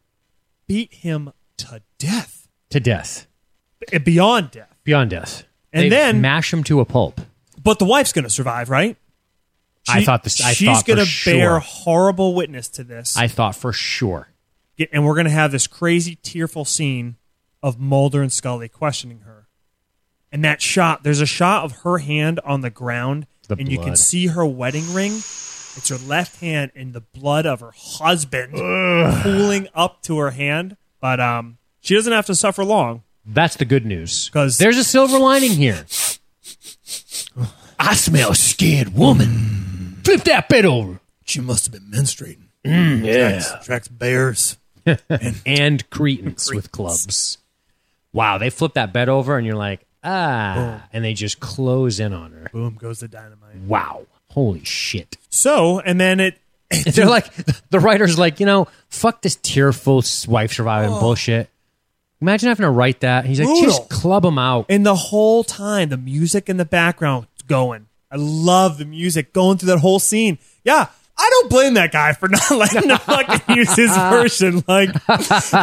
[SPEAKER 2] beat him to death,
[SPEAKER 1] to death,
[SPEAKER 2] B- beyond death.
[SPEAKER 1] beyond death,
[SPEAKER 2] And
[SPEAKER 1] They
[SPEAKER 2] then-
[SPEAKER 1] mash him to a pulp.
[SPEAKER 2] But the wife's gonna survive, right?
[SPEAKER 1] I
[SPEAKER 2] She-
[SPEAKER 1] thought this- I
[SPEAKER 2] she's
[SPEAKER 1] thought for
[SPEAKER 2] gonna bear
[SPEAKER 1] sure.
[SPEAKER 2] horrible witness to this.
[SPEAKER 1] I thought for sure.
[SPEAKER 2] get- and we're going to have this crazy tearful scene of Mulder and Scully questioning her. And that shot, there's a shot of her hand on the ground,
[SPEAKER 1] The
[SPEAKER 2] and you can
[SPEAKER 1] blood.
[SPEAKER 2] see her wedding ring. It's her left hand and the blood of her husband pooling up to her hand. But um, she doesn't have to suffer long.
[SPEAKER 1] That's the good news.
[SPEAKER 2] 'Cause-
[SPEAKER 1] there's a silver lining here. I smell a scared woman. Flip that bit over.
[SPEAKER 2] She must have been menstruating. yeah. Tracks, tracks bears.
[SPEAKER 1] And cretins with clubs. Wow, they flip that bed over, and you're like, ah,
[SPEAKER 2] Oh.
[SPEAKER 1] and they just close in on her.
[SPEAKER 2] Boom goes the dynamite.
[SPEAKER 1] Wow, holy shit.
[SPEAKER 2] So, and then it.
[SPEAKER 1] And they're like, the writer's like, you know, fuck this tearful s- wife surviving bullshit. Imagine having to write that. He's like,
[SPEAKER 2] Oh. Brutal.
[SPEAKER 1] just club him out.
[SPEAKER 2] And the whole time, the music in the background going. I love the music going through that whole scene. Yeah, I don't blame that guy for not letting him fucking use his version. Like,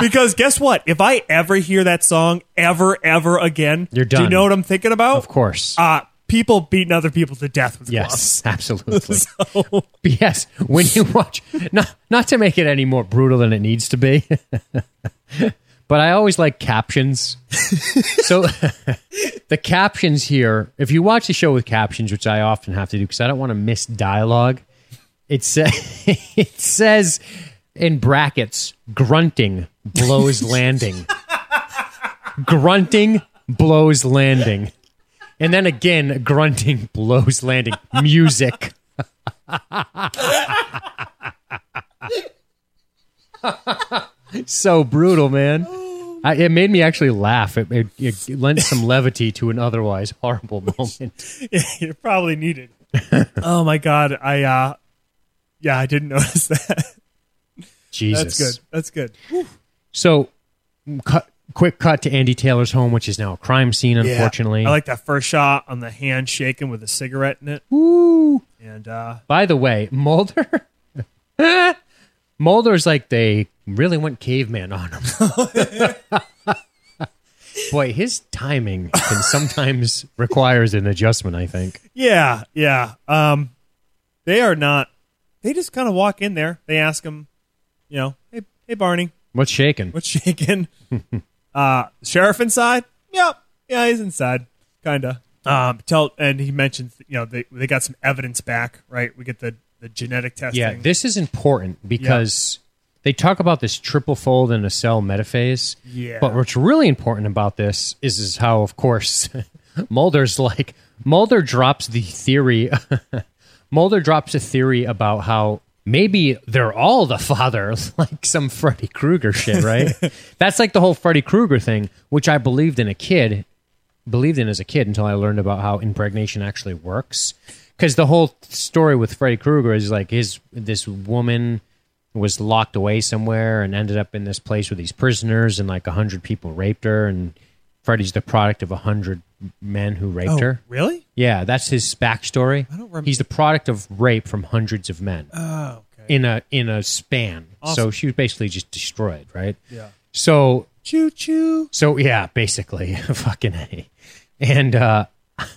[SPEAKER 2] because guess what? If I ever hear that song ever, ever again,
[SPEAKER 1] You're
[SPEAKER 2] Do you
[SPEAKER 1] done.
[SPEAKER 2] know what I'm thinking about?
[SPEAKER 1] Of course.
[SPEAKER 2] Uh, people beating other people to death with
[SPEAKER 1] yes, absolutely.
[SPEAKER 2] gloves. So,
[SPEAKER 1] But yes, when you watch, not, not to make it any more brutal than it needs to be, but I always like captions. so the captions here, if you watch the show with captions, which I often have to do because I don't want to miss dialogue, it, sa- it says in brackets, grunting blows landing. grunting blows landing. And then again, grunting blows landing. Music. so brutal, man. I, it made me actually laugh. It, it, it lent some levity to an otherwise horrible moment.
[SPEAKER 2] it probably needed. oh my god, I uh yeah, I didn't notice that.
[SPEAKER 1] Jesus,
[SPEAKER 2] That's good. That's good.
[SPEAKER 1] So, cut, quick cut to Andy Taylor's home, which is now a crime scene. Unfortunately,
[SPEAKER 2] I like that first shot on the hand shaking with a cigarette in it.
[SPEAKER 1] Woo.
[SPEAKER 2] And uh
[SPEAKER 1] By the way, Mulder, Mulder's like they really went caveman on him. Boy, his timing can sometimes requires an adjustment. I think.
[SPEAKER 2] yeah, yeah. Um they are not they just kind of walk in there. They ask him, you know, "Hey, hey Barney,
[SPEAKER 1] What's shaking?
[SPEAKER 2] what's shaking?" uh sheriff inside? Yep. Yeah, he's inside. Kind of. Um tell and he mentions, you know, they they got some evidence back, right? We get the the genetic testing.
[SPEAKER 1] Yeah, this is important because they talk about this triple fold in a cell metaphase.
[SPEAKER 2] Yeah.
[SPEAKER 1] But what's really important about this is is how, of course, Mulder's like Mulder drops the theory. Mulder drops a theory about how maybe they're all the father, like some Freddy Krueger shit, right? That's like the whole Freddy Krueger thing, which I believed in a kid believed in as a kid until I learned about how impregnation actually works. Because the whole story with Freddy Krueger is like his this woman was locked away somewhere and ended up in this place with these prisoners, and like a hundred people raped her, and Freddy's the product of a hundred men who raped
[SPEAKER 2] oh,
[SPEAKER 1] her.
[SPEAKER 2] really?
[SPEAKER 1] Yeah, that's his backstory.
[SPEAKER 2] I don't rem-
[SPEAKER 1] He's the product of rape from hundreds of men
[SPEAKER 2] Oh, okay.
[SPEAKER 1] in a in a span. So
[SPEAKER 2] Awesome.
[SPEAKER 1] she was basically just destroyed, right?
[SPEAKER 2] Yeah.
[SPEAKER 1] So
[SPEAKER 2] Choo choo.
[SPEAKER 1] so yeah, basically, fucking a. And uh,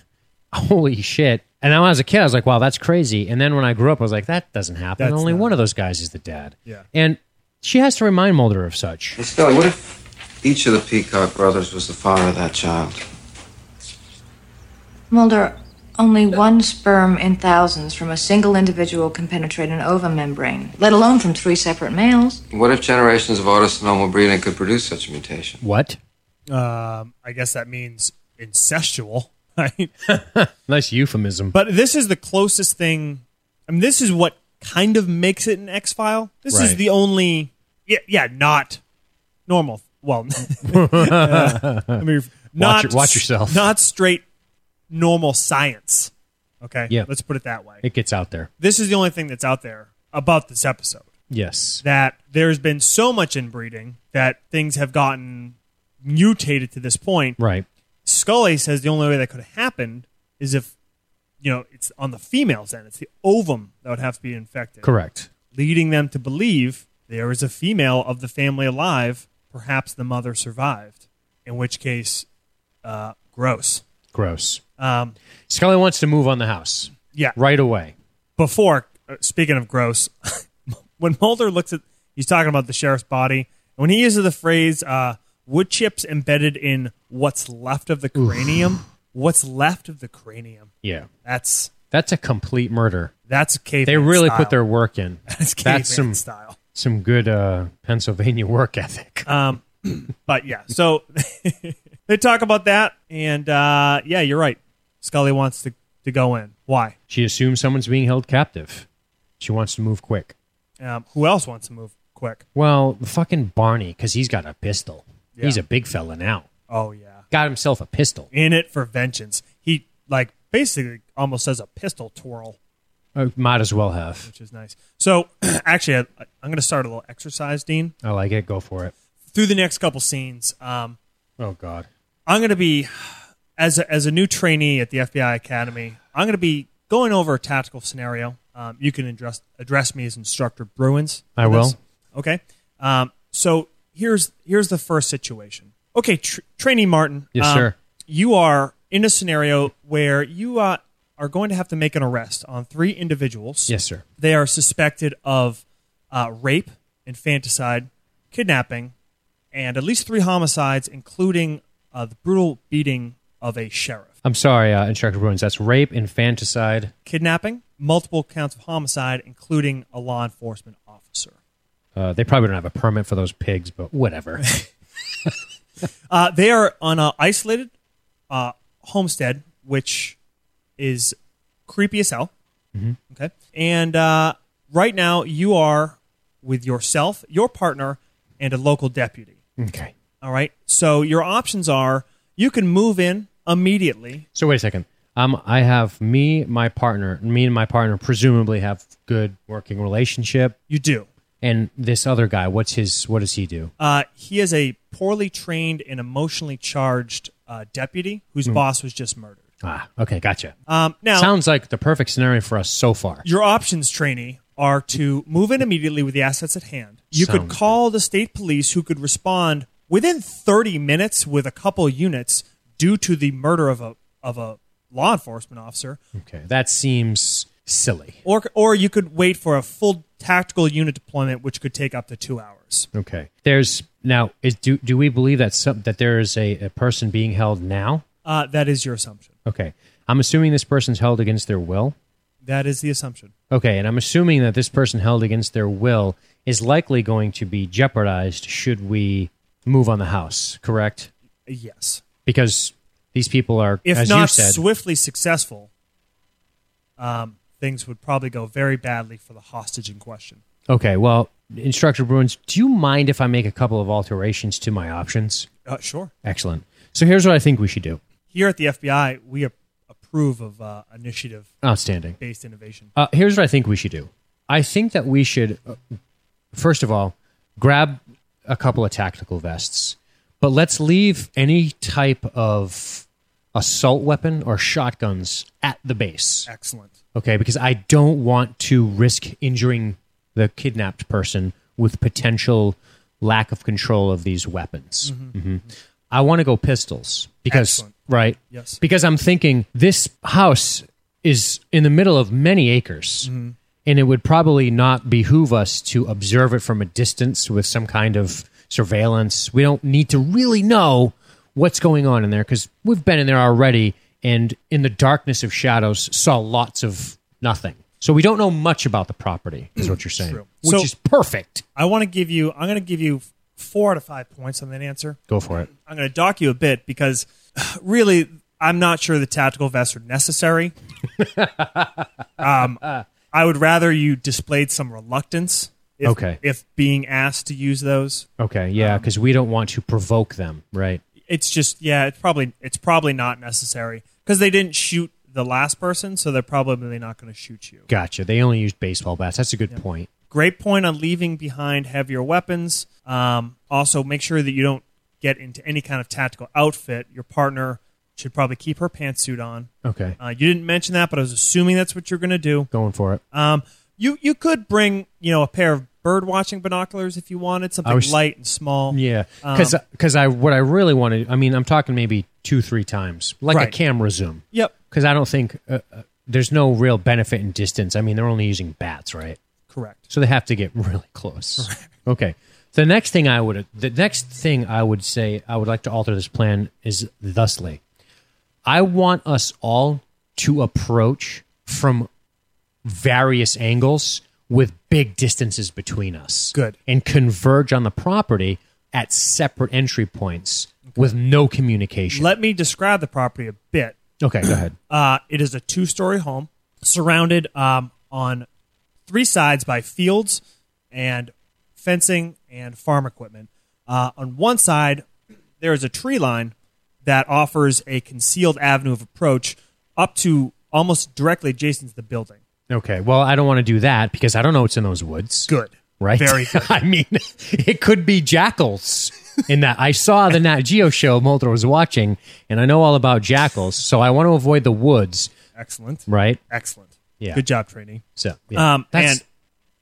[SPEAKER 1] holy shit! And then when I was a kid, I was like, "Wow, that's crazy." And then when I grew up, I was like, "That doesn't happen.
[SPEAKER 2] That's
[SPEAKER 1] Only
[SPEAKER 2] not-
[SPEAKER 1] one of those guys is the dad."
[SPEAKER 2] Yeah.
[SPEAKER 1] And she has to remind Mulder of such.
[SPEAKER 3] Miss Scully, what if each of the Peacock brothers was the father of that child?
[SPEAKER 5] Mulder, only one sperm in thousands from a single individual can penetrate an ovum membrane, let alone from three separate males.
[SPEAKER 3] What if generations of autosomal breeding could produce such a mutation?
[SPEAKER 1] What?
[SPEAKER 2] Um, I guess that means incestual, right?
[SPEAKER 1] Nice euphemism.
[SPEAKER 2] but this is the closest thing. I mean, this is what kind of makes it an X file. This is
[SPEAKER 1] Right.
[SPEAKER 2] the only, yeah, yeah, not normal. Well, uh, I mean, not
[SPEAKER 1] your- watch yourself.
[SPEAKER 2] Not straight normal science. Okay,
[SPEAKER 1] Yeah.
[SPEAKER 2] Let's put it that way.
[SPEAKER 1] it gets out there.
[SPEAKER 2] This is the only thing that's out there about this episode.
[SPEAKER 1] Yes.
[SPEAKER 2] that there's been so much inbreeding that things have gotten mutated to this point.
[SPEAKER 1] Right.
[SPEAKER 2] Scully says the only way that could have happened is if, you know, it's on the female's end. It's the ovum that would have to be infected,
[SPEAKER 1] Correct.
[SPEAKER 2] leading them to believe there is a female of the family alive. Perhaps the mother survived, in which case, uh, gross.
[SPEAKER 1] Gross.
[SPEAKER 2] Um,
[SPEAKER 1] Scully wants to move on the house
[SPEAKER 2] yeah.
[SPEAKER 1] right away.
[SPEAKER 2] before uh, speaking of gross, when Mulder looks at he's talking about the sheriff's body, and when he uses the phrase uh, "wood chips embedded in what's left of the cranium," what's left of the cranium?
[SPEAKER 1] Yeah.
[SPEAKER 2] That's
[SPEAKER 1] That's a complete murder.
[SPEAKER 2] that's cave.
[SPEAKER 1] They really put their work in.
[SPEAKER 2] that's, caveman
[SPEAKER 1] That's some
[SPEAKER 2] style.
[SPEAKER 1] some good uh, Pennsylvania work ethic.
[SPEAKER 2] Um, but yeah, so they talk about that, and uh, yeah, you're right. Scully wants to to go in. Why?
[SPEAKER 1] She assumes someone's being held captive. She wants to move quick.
[SPEAKER 2] Um, who else wants to move quick?
[SPEAKER 1] Well, fucking Barney, because he's got a pistol.
[SPEAKER 2] Yeah.
[SPEAKER 1] He's a big fella now.
[SPEAKER 2] Oh yeah.
[SPEAKER 1] Got himself a pistol.
[SPEAKER 2] in it for vengeance. He like basically almost says a pistol twirl,
[SPEAKER 1] Uh, might as well have.
[SPEAKER 2] which is nice. So actually, I, I'm going to start a little exercise, Dean.
[SPEAKER 1] I like it. Go for it.
[SPEAKER 2] Through the next couple scenes, um,
[SPEAKER 1] Oh God.
[SPEAKER 2] I'm going to be as a, as a new trainee at the FBI Academy. I'm going to be going over a tactical scenario. Um, you can address address me as instructor Bruins.
[SPEAKER 1] I
[SPEAKER 2] for
[SPEAKER 1] will.
[SPEAKER 2] this. Okay. Um, so here's here's the first situation. Okay, tr- trainee Martin.
[SPEAKER 1] Yes,
[SPEAKER 2] um,
[SPEAKER 1] sir.
[SPEAKER 2] You are in a scenario where you uh, are going to have to make an arrest on three individuals.
[SPEAKER 1] Yes, sir.
[SPEAKER 2] They are suspected of uh, rape, infanticide, kidnapping, and at least three homicides, including uh, the brutal beating of a sheriff.
[SPEAKER 1] I'm sorry, uh, Instructor Bruins. That's rape, infanticide.
[SPEAKER 2] Kidnapping, multiple counts of homicide, including a law enforcement officer.
[SPEAKER 1] Uh, they probably don't have a permit for those pigs, but whatever.
[SPEAKER 2] Uh, they are on an isolated uh, homestead, which is creepy as hell. Okay. And uh, right now, you are with yourself, your partner, and a local deputy.
[SPEAKER 1] okay.
[SPEAKER 2] All right. So your options are you can move in immediately.
[SPEAKER 1] So wait a second. Um, I have me, my partner, me and my partner presumably have good working relationship,
[SPEAKER 2] You do.
[SPEAKER 1] and this other guy. What's his? What does he do?
[SPEAKER 2] Uh, he is a poorly trained and emotionally charged uh, deputy whose boss was just murdered.
[SPEAKER 1] Ah, okay, gotcha.
[SPEAKER 2] Um, now,
[SPEAKER 1] Sounds like the perfect scenario for us so far.
[SPEAKER 2] your options, trainee, are to move in immediately with the assets at hand. You could
[SPEAKER 1] Sounds
[SPEAKER 2] call the state police, who could respond within 30 minutes with a couple units due to the murder of a of a law enforcement officer,
[SPEAKER 1] Okay, that seems silly.
[SPEAKER 2] or or you could wait for a full tactical unit deployment, which could take up to two hours.
[SPEAKER 1] Okay, there's now. Is do do we believe that some that there is a, a person being held now?
[SPEAKER 2] Uh, that is your assumption.
[SPEAKER 1] Okay, I'm assuming this person's held against their will.
[SPEAKER 2] That is the assumption.
[SPEAKER 1] Okay, and I'm assuming that this person held against their will is likely going to be jeopardized should we move on the house, correct?
[SPEAKER 2] Yes.
[SPEAKER 1] Because these people are,
[SPEAKER 2] if
[SPEAKER 1] as you
[SPEAKER 2] not
[SPEAKER 1] said,
[SPEAKER 2] swiftly successful, um, things would probably go very badly for the hostage in question.
[SPEAKER 1] okay. Well, Instructor Bruins, do you mind if I make a couple of alterations to my options?
[SPEAKER 2] Uh, sure.
[SPEAKER 1] Excellent. So here's what I think we should do.
[SPEAKER 2] Here at the FBI, we ap- approve of uh, initiative
[SPEAKER 1] Outstanding.
[SPEAKER 2] based innovation.
[SPEAKER 1] Uh, here's what I think we should do. I think that we should, uh, first of all, grab a couple of tactical vests, but let's leave any type of assault weapon or shotguns at the base.
[SPEAKER 2] Excellent.
[SPEAKER 1] Okay, because I don't want to risk injuring the kidnapped person with potential lack of control of these weapons. Mhm. I want to go pistols because
[SPEAKER 2] Excellent.
[SPEAKER 1] right?
[SPEAKER 2] Yes.
[SPEAKER 1] Because I'm thinking this house is in the middle of many acres.
[SPEAKER 2] Mm-hmm.
[SPEAKER 1] And it would probably not behoove us to observe it from a distance with some kind of surveillance. We don't need to really know what's going on in there because we've been in there already and in the darkness of shadows saw lots of nothing. So we don't know much about the property, is what you're saying,
[SPEAKER 2] True.
[SPEAKER 1] which
[SPEAKER 2] So-
[SPEAKER 1] is perfect.
[SPEAKER 2] I want to give you. I'm going to give you four out of five points on that answer.
[SPEAKER 1] Go for it.
[SPEAKER 2] I'm going to dock you a bit because really, I'm not sure the tactical vests are necessary. um, I would rather you displayed some reluctance. If,
[SPEAKER 1] Okay.
[SPEAKER 2] If being asked to use those,
[SPEAKER 1] Okay, yeah,
[SPEAKER 2] Um,
[SPEAKER 1] because we don't want to provoke them, right?
[SPEAKER 2] it's just yeah, it's probably it's probably not necessary because they didn't shoot the last person, so they're probably not going to shoot you.
[SPEAKER 1] Gotcha. They only used baseball bats. That's a good point.
[SPEAKER 2] Great point on leaving behind heavier weapons. Um, also, make sure that you don't get into any kind of tactical outfit. Your partner should probably keep her pantsuit on.
[SPEAKER 1] Okay,
[SPEAKER 2] Uh, you didn't mention that, but I was assuming that's what you're going to do.
[SPEAKER 1] going for it.
[SPEAKER 2] Um, you you could bring you know a pair of bird watching binoculars if you wanted something
[SPEAKER 1] was-
[SPEAKER 2] light and small.
[SPEAKER 1] Yeah, because
[SPEAKER 2] Um,
[SPEAKER 1] I what I really wanted. I mean, I'm talking maybe two three times, like a
[SPEAKER 2] Right.
[SPEAKER 1] camera zoom.
[SPEAKER 2] Yep.
[SPEAKER 1] Because I don't think uh, uh, there's no real benefit in distance. I mean, they're only using bats, right?
[SPEAKER 2] Correct.
[SPEAKER 1] So they have to get really close. okay. The next thing I would the next thing I would say I would like to alter this plan is thusly. I want us all to approach from various angles with big distances between us.
[SPEAKER 2] Good.
[SPEAKER 1] And converge on the property at separate entry points with no communication.
[SPEAKER 2] Let me describe the property a bit.
[SPEAKER 1] okay, go ahead.
[SPEAKER 2] Uh, it is a two story home surrounded um, on three sides by fields and fencing and farm equipment. Uh, on one side, there is a tree line that offers a concealed avenue of approach up to almost directly adjacent to the building.
[SPEAKER 1] Okay. Well, I don't want to do that because I don't know what's in those woods.
[SPEAKER 2] Good.
[SPEAKER 1] right?
[SPEAKER 2] Very good.
[SPEAKER 1] I mean, it could be jackals. In that, I saw the Nat Geo show Mulder was watching, and I know all about jackals, so I want to avoid the woods,
[SPEAKER 2] Excellent.
[SPEAKER 1] right?
[SPEAKER 2] Excellent.
[SPEAKER 1] Yeah.
[SPEAKER 2] Good job, trainee.
[SPEAKER 1] So, yeah.
[SPEAKER 2] Um,
[SPEAKER 1] That's-
[SPEAKER 2] and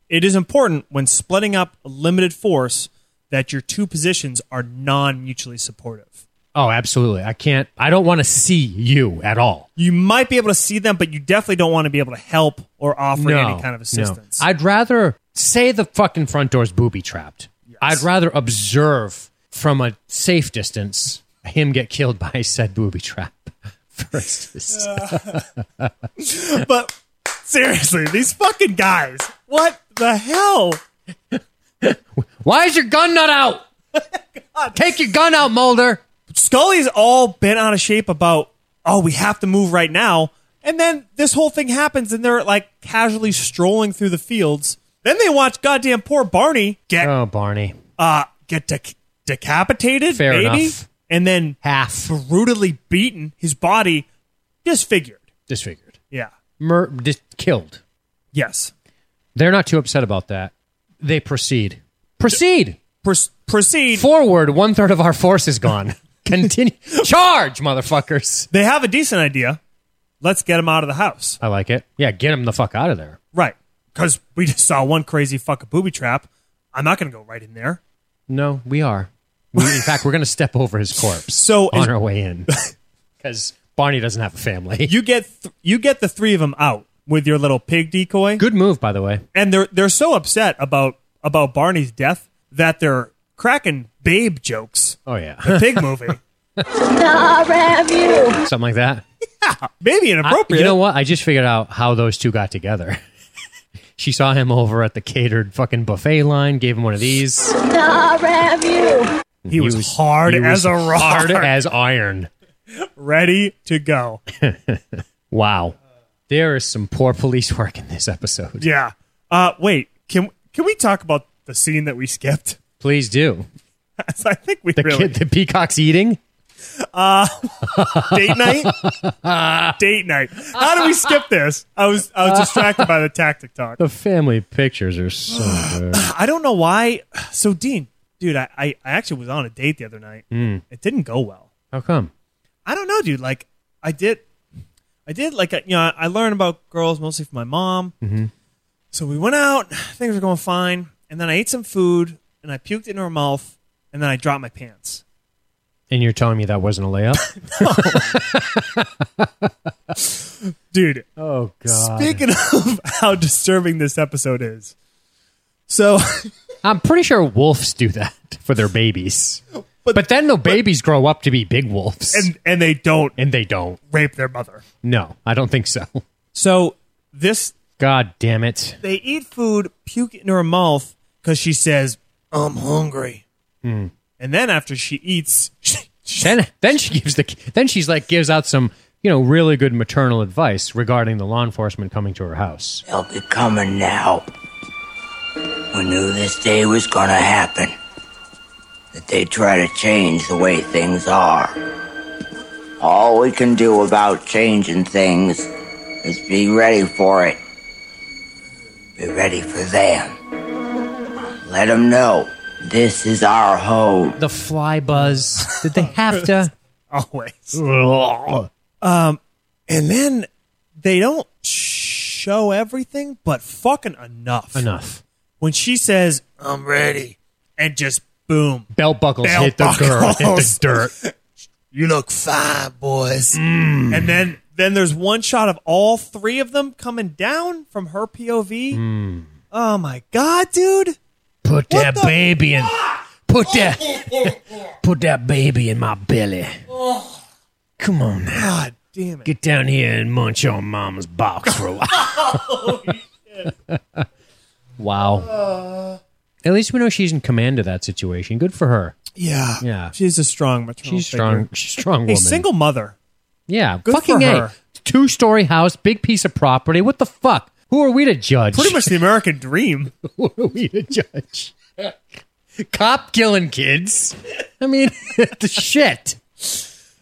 [SPEAKER 2] it is important when splitting up a limited force that your two positions are non mutually supportive.
[SPEAKER 1] oh, absolutely. I can't. I don't want to see you at all.
[SPEAKER 2] You might be able to see them, but you definitely don't want to be able to help or offer
[SPEAKER 1] No,
[SPEAKER 2] any kind of
[SPEAKER 1] no.
[SPEAKER 2] assistance.
[SPEAKER 1] I'd rather say the fucking front door's booby trapped. I'd rather observe from a safe distance him get killed by said booby trap. First,
[SPEAKER 2] but seriously, these fucking guys, what the hell?
[SPEAKER 1] why is your gun not out? Take your gun out, Mulder.
[SPEAKER 2] Scully's all bent out of shape about, oh, we have to move right now. And then this whole thing happens, and they're like casually strolling through the fields. Then they watch goddamn poor Barney get
[SPEAKER 1] Oh, Barney.
[SPEAKER 2] uh, get de- decapitated,
[SPEAKER 1] Fair
[SPEAKER 2] maybe,
[SPEAKER 1] enough.
[SPEAKER 2] and then
[SPEAKER 1] half
[SPEAKER 2] brutally beaten, his body disfigured.
[SPEAKER 1] disfigured,
[SPEAKER 2] Yeah.
[SPEAKER 1] Mur- dis- killed.
[SPEAKER 2] Yes.
[SPEAKER 1] They're not too upset about that. They proceed. Proceed
[SPEAKER 2] Pro- proceed.
[SPEAKER 1] forward. One third of our force is gone. Continue. Charge, motherfuckers.
[SPEAKER 2] they have a decent idea. Let's get him out of the house.
[SPEAKER 1] I like it. Yeah, get him the fuck out of there.
[SPEAKER 2] Right. Because we just saw one crazy fuck a booby trap. I'm not going to go right in there.
[SPEAKER 1] No, we are. We, in fact, we're going to step over his corpse
[SPEAKER 2] So
[SPEAKER 1] on
[SPEAKER 2] is-
[SPEAKER 1] our way in because Barney doesn't have a family.
[SPEAKER 2] You get th- you get the three of them out with your little pig decoy,
[SPEAKER 1] Good move, by the way.
[SPEAKER 2] and they're they're so upset about about Barney's death that they're cracking babe jokes.
[SPEAKER 1] Oh yeah,
[SPEAKER 2] The pig movie,
[SPEAKER 1] something like that.
[SPEAKER 2] maybe
[SPEAKER 1] I-
[SPEAKER 2] inappropriate.
[SPEAKER 1] you know what? I just figured out how those two got together. she saw him over at the catered fucking buffet line, gave him one of these.
[SPEAKER 2] he, was, hard
[SPEAKER 1] he was
[SPEAKER 2] as a rock,
[SPEAKER 1] hard as iron.
[SPEAKER 2] ready to go.
[SPEAKER 1] Wow, there is some poor police work in this episode.
[SPEAKER 2] Yeah. Uh, wait. Can can we talk about the scene that we skipped?
[SPEAKER 1] Please do.
[SPEAKER 2] I think we
[SPEAKER 1] The
[SPEAKER 2] really
[SPEAKER 1] kid, the peacock's eating.
[SPEAKER 2] date night. date night. How do we skip this? I was I was distracted by the tactic talk.
[SPEAKER 1] The family pictures are so good.
[SPEAKER 2] I don't know why. So Dean, dude, I, I, I actually was on a date the other night. It didn't go well.
[SPEAKER 1] How come?
[SPEAKER 2] I don't know, dude. Like I did, I did like you know I learned about girls mostly from my mom. So we went out, things were going fine, and then I ate some food and I puked into her mouth, and then I dropped my pants.
[SPEAKER 1] And you're telling me that wasn't a layup?
[SPEAKER 2] Dude,
[SPEAKER 1] Oh god.
[SPEAKER 2] speaking of how disturbing this episode is, so
[SPEAKER 1] I'm pretty sure wolves do that for their babies.
[SPEAKER 2] But-
[SPEAKER 1] But, then the babies grow up to be big wolves.
[SPEAKER 2] and and they don't
[SPEAKER 1] and they don't.
[SPEAKER 2] rape their mother.
[SPEAKER 1] No, I don't think so.
[SPEAKER 2] So this
[SPEAKER 1] God damn it.
[SPEAKER 2] they eat food, puke it in her mouth because she says, "I'm hungry."
[SPEAKER 1] Hmm.
[SPEAKER 2] And then after she eats, she,
[SPEAKER 1] Then then she gives the then she's like gives out some, you know, really good maternal advice regarding the law enforcement coming to her house.
[SPEAKER 6] They'll be coming now. We knew this day was gonna happen. That they try to change the way things are. All we can do about changing things is be ready for it. Be ready for them. Let them know this is our home.
[SPEAKER 1] The fly buzz. Did they have to
[SPEAKER 2] always. Um, and then they don't show everything, but fucking enough.
[SPEAKER 1] enough.
[SPEAKER 2] When she says, "I'm ready," and just boom,
[SPEAKER 1] Belt buckles
[SPEAKER 2] Belt
[SPEAKER 1] hit the girl. Hit the
[SPEAKER 2] buckles.
[SPEAKER 1] dirt.
[SPEAKER 2] you look fine, boys.
[SPEAKER 1] Hmm.
[SPEAKER 2] And then then there's one shot of all three of them coming down from her POV.
[SPEAKER 1] Hmm.
[SPEAKER 2] Oh my god, dude.
[SPEAKER 1] Put that
[SPEAKER 2] the
[SPEAKER 1] baby in Put that Put that baby in my belly. Come on now.
[SPEAKER 2] God damn it.
[SPEAKER 1] Get down here and munch on mama's box for a while. wow.
[SPEAKER 2] Uh,
[SPEAKER 1] At least we know she's in command of that situation. Good for her.
[SPEAKER 2] Oh, yeah.
[SPEAKER 1] Yeah.
[SPEAKER 2] She's a strong maternal
[SPEAKER 1] She's
[SPEAKER 2] figure.
[SPEAKER 1] strong. She's a strong
[SPEAKER 2] Hey,
[SPEAKER 1] woman.
[SPEAKER 2] single mother.
[SPEAKER 1] Yeah.
[SPEAKER 2] Good
[SPEAKER 1] fucking
[SPEAKER 2] for
[SPEAKER 1] A.
[SPEAKER 2] her.
[SPEAKER 1] Two story house, big piece of property. What the fuck? Who are we to judge?
[SPEAKER 2] Pretty much the American dream.
[SPEAKER 1] Who are we to judge? Cop killing kids. I mean, the shit.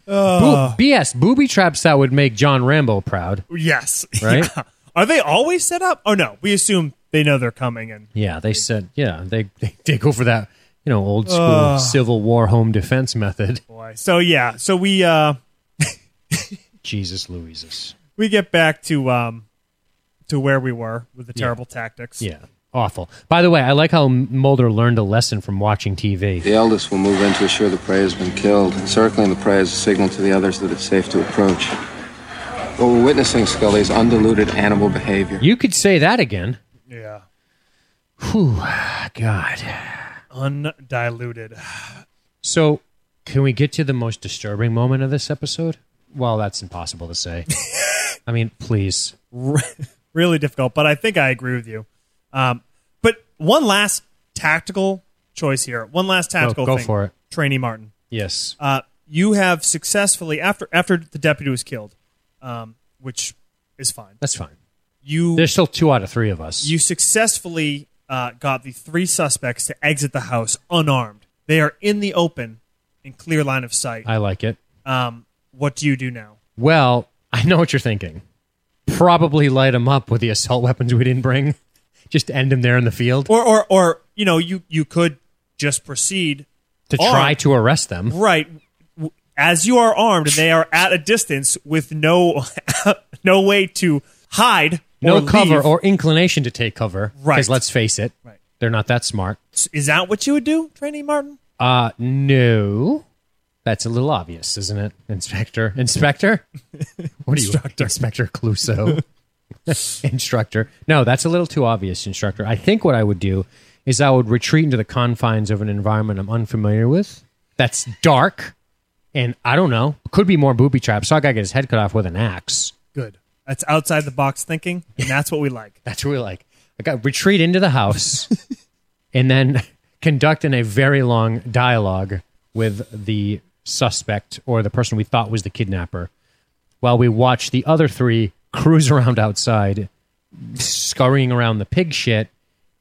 [SPEAKER 2] Uh.
[SPEAKER 1] Boo- BS booby traps that would make John Rambo proud,
[SPEAKER 2] Yes.
[SPEAKER 1] right?
[SPEAKER 2] Are they always set up? Oh no. We assume they know they're coming and
[SPEAKER 1] Yeah, they said. Yeah, they they, they go for that you know old school Civil War home defense method.
[SPEAKER 2] boy. So yeah. So we uh
[SPEAKER 1] Jesus Louises.
[SPEAKER 2] we get back to um to where we were with the terrible tactics.
[SPEAKER 1] Yeah, awful. By the way, I like how Mulder learned a lesson from watching TV.
[SPEAKER 3] The eldest will move in to assure the prey has been killed. Encircling the prey is a signal to the others that it's safe to approach. What we're witnessing, Scully, is undiluted animal behavior.
[SPEAKER 1] You could say that again.
[SPEAKER 2] Yeah.
[SPEAKER 1] God.
[SPEAKER 2] Undiluted.
[SPEAKER 1] So, can we get to the most disturbing moment of this episode? Well, that's impossible to say. I mean, please.
[SPEAKER 2] really difficult, but I think I agree with you. Um, but one last tactical choice here. One last tactical
[SPEAKER 1] Oh, go
[SPEAKER 2] thing.
[SPEAKER 1] for it.
[SPEAKER 2] Trainee Martin.
[SPEAKER 1] Yes.
[SPEAKER 2] Uh, you have successfully after after the deputy was killed, um, which is fine.
[SPEAKER 1] That's fine.
[SPEAKER 2] You
[SPEAKER 1] There's still two out of three of us.
[SPEAKER 2] you successfully uh, got the three suspects to exit the house unarmed. They are in the open, in clear line of sight.
[SPEAKER 1] I like it.
[SPEAKER 2] Um, what do you do now?
[SPEAKER 1] Well, I know what you're thinking. Probably light him up with the assault weapons we didn't bring. Just end him there in the field
[SPEAKER 2] Or, or, or you know, you you could just proceed
[SPEAKER 1] to
[SPEAKER 2] or-
[SPEAKER 1] try to arrest them.
[SPEAKER 2] right w- as you are armed and they are at a distance with no no way to hide,
[SPEAKER 1] No
[SPEAKER 2] or
[SPEAKER 1] cover
[SPEAKER 2] leave.
[SPEAKER 1] or inclination to take cover.
[SPEAKER 2] Right.
[SPEAKER 1] Because let's face it,
[SPEAKER 2] Right.
[SPEAKER 1] they're not that smart.
[SPEAKER 2] Is that what you would do, Trainee Martin?
[SPEAKER 1] Uh, no. That's a little obvious, isn't it, Inspector? Inspector? What are you, Instructor. Inspector Clouseau? instructor. No, that's a little too obvious, Instructor. I think what I would do is I would retreat into the confines of an environment I'm unfamiliar with that's dark and I don't know, could be more booby traps. Saw a guy get his head cut off with an axe.
[SPEAKER 2] Good. That's outside the box thinking, and that's what we like.
[SPEAKER 1] That's what we like. I got retreat into the house and then conduct in a very long dialogue with the suspect or the person we thought was the kidnapper while we watch the other three cruise around outside, scurrying around the pig shit,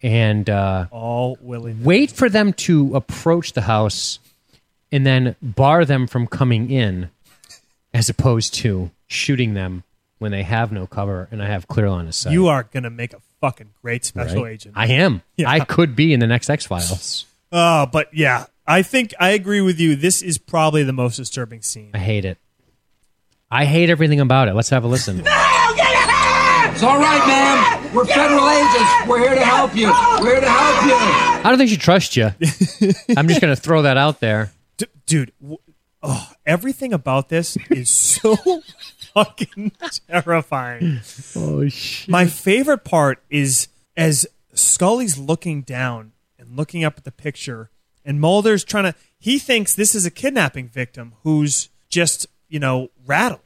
[SPEAKER 1] and uh,
[SPEAKER 2] All willing.
[SPEAKER 1] wait for them to approach the house and then bar them from coming in as opposed to shooting them when they have no cover and I have clear line of sight.
[SPEAKER 2] You are gonna make a fucking great special
[SPEAKER 1] Right?
[SPEAKER 2] agent.
[SPEAKER 1] I am.
[SPEAKER 2] Yeah.
[SPEAKER 1] I could be in the next X Files.
[SPEAKER 2] Oh, but yeah, I think I agree with you. This is probably the most disturbing scene.
[SPEAKER 1] I hate it. I hate everything about it. Let's have a listen.
[SPEAKER 7] It's all right, ma'am. We're federal agents. We're here to help you. We're here to help you.
[SPEAKER 1] I don't think she trusts you. I'm just going to throw that out there.
[SPEAKER 2] D- dude, w- oh, everything about this is so fucking terrifying.
[SPEAKER 1] Oh shit!
[SPEAKER 2] My favorite part is as Scully's looking down and looking up at the picture, and Mulder's trying to. He thinks this is a kidnapping victim who's just, you know, rattled.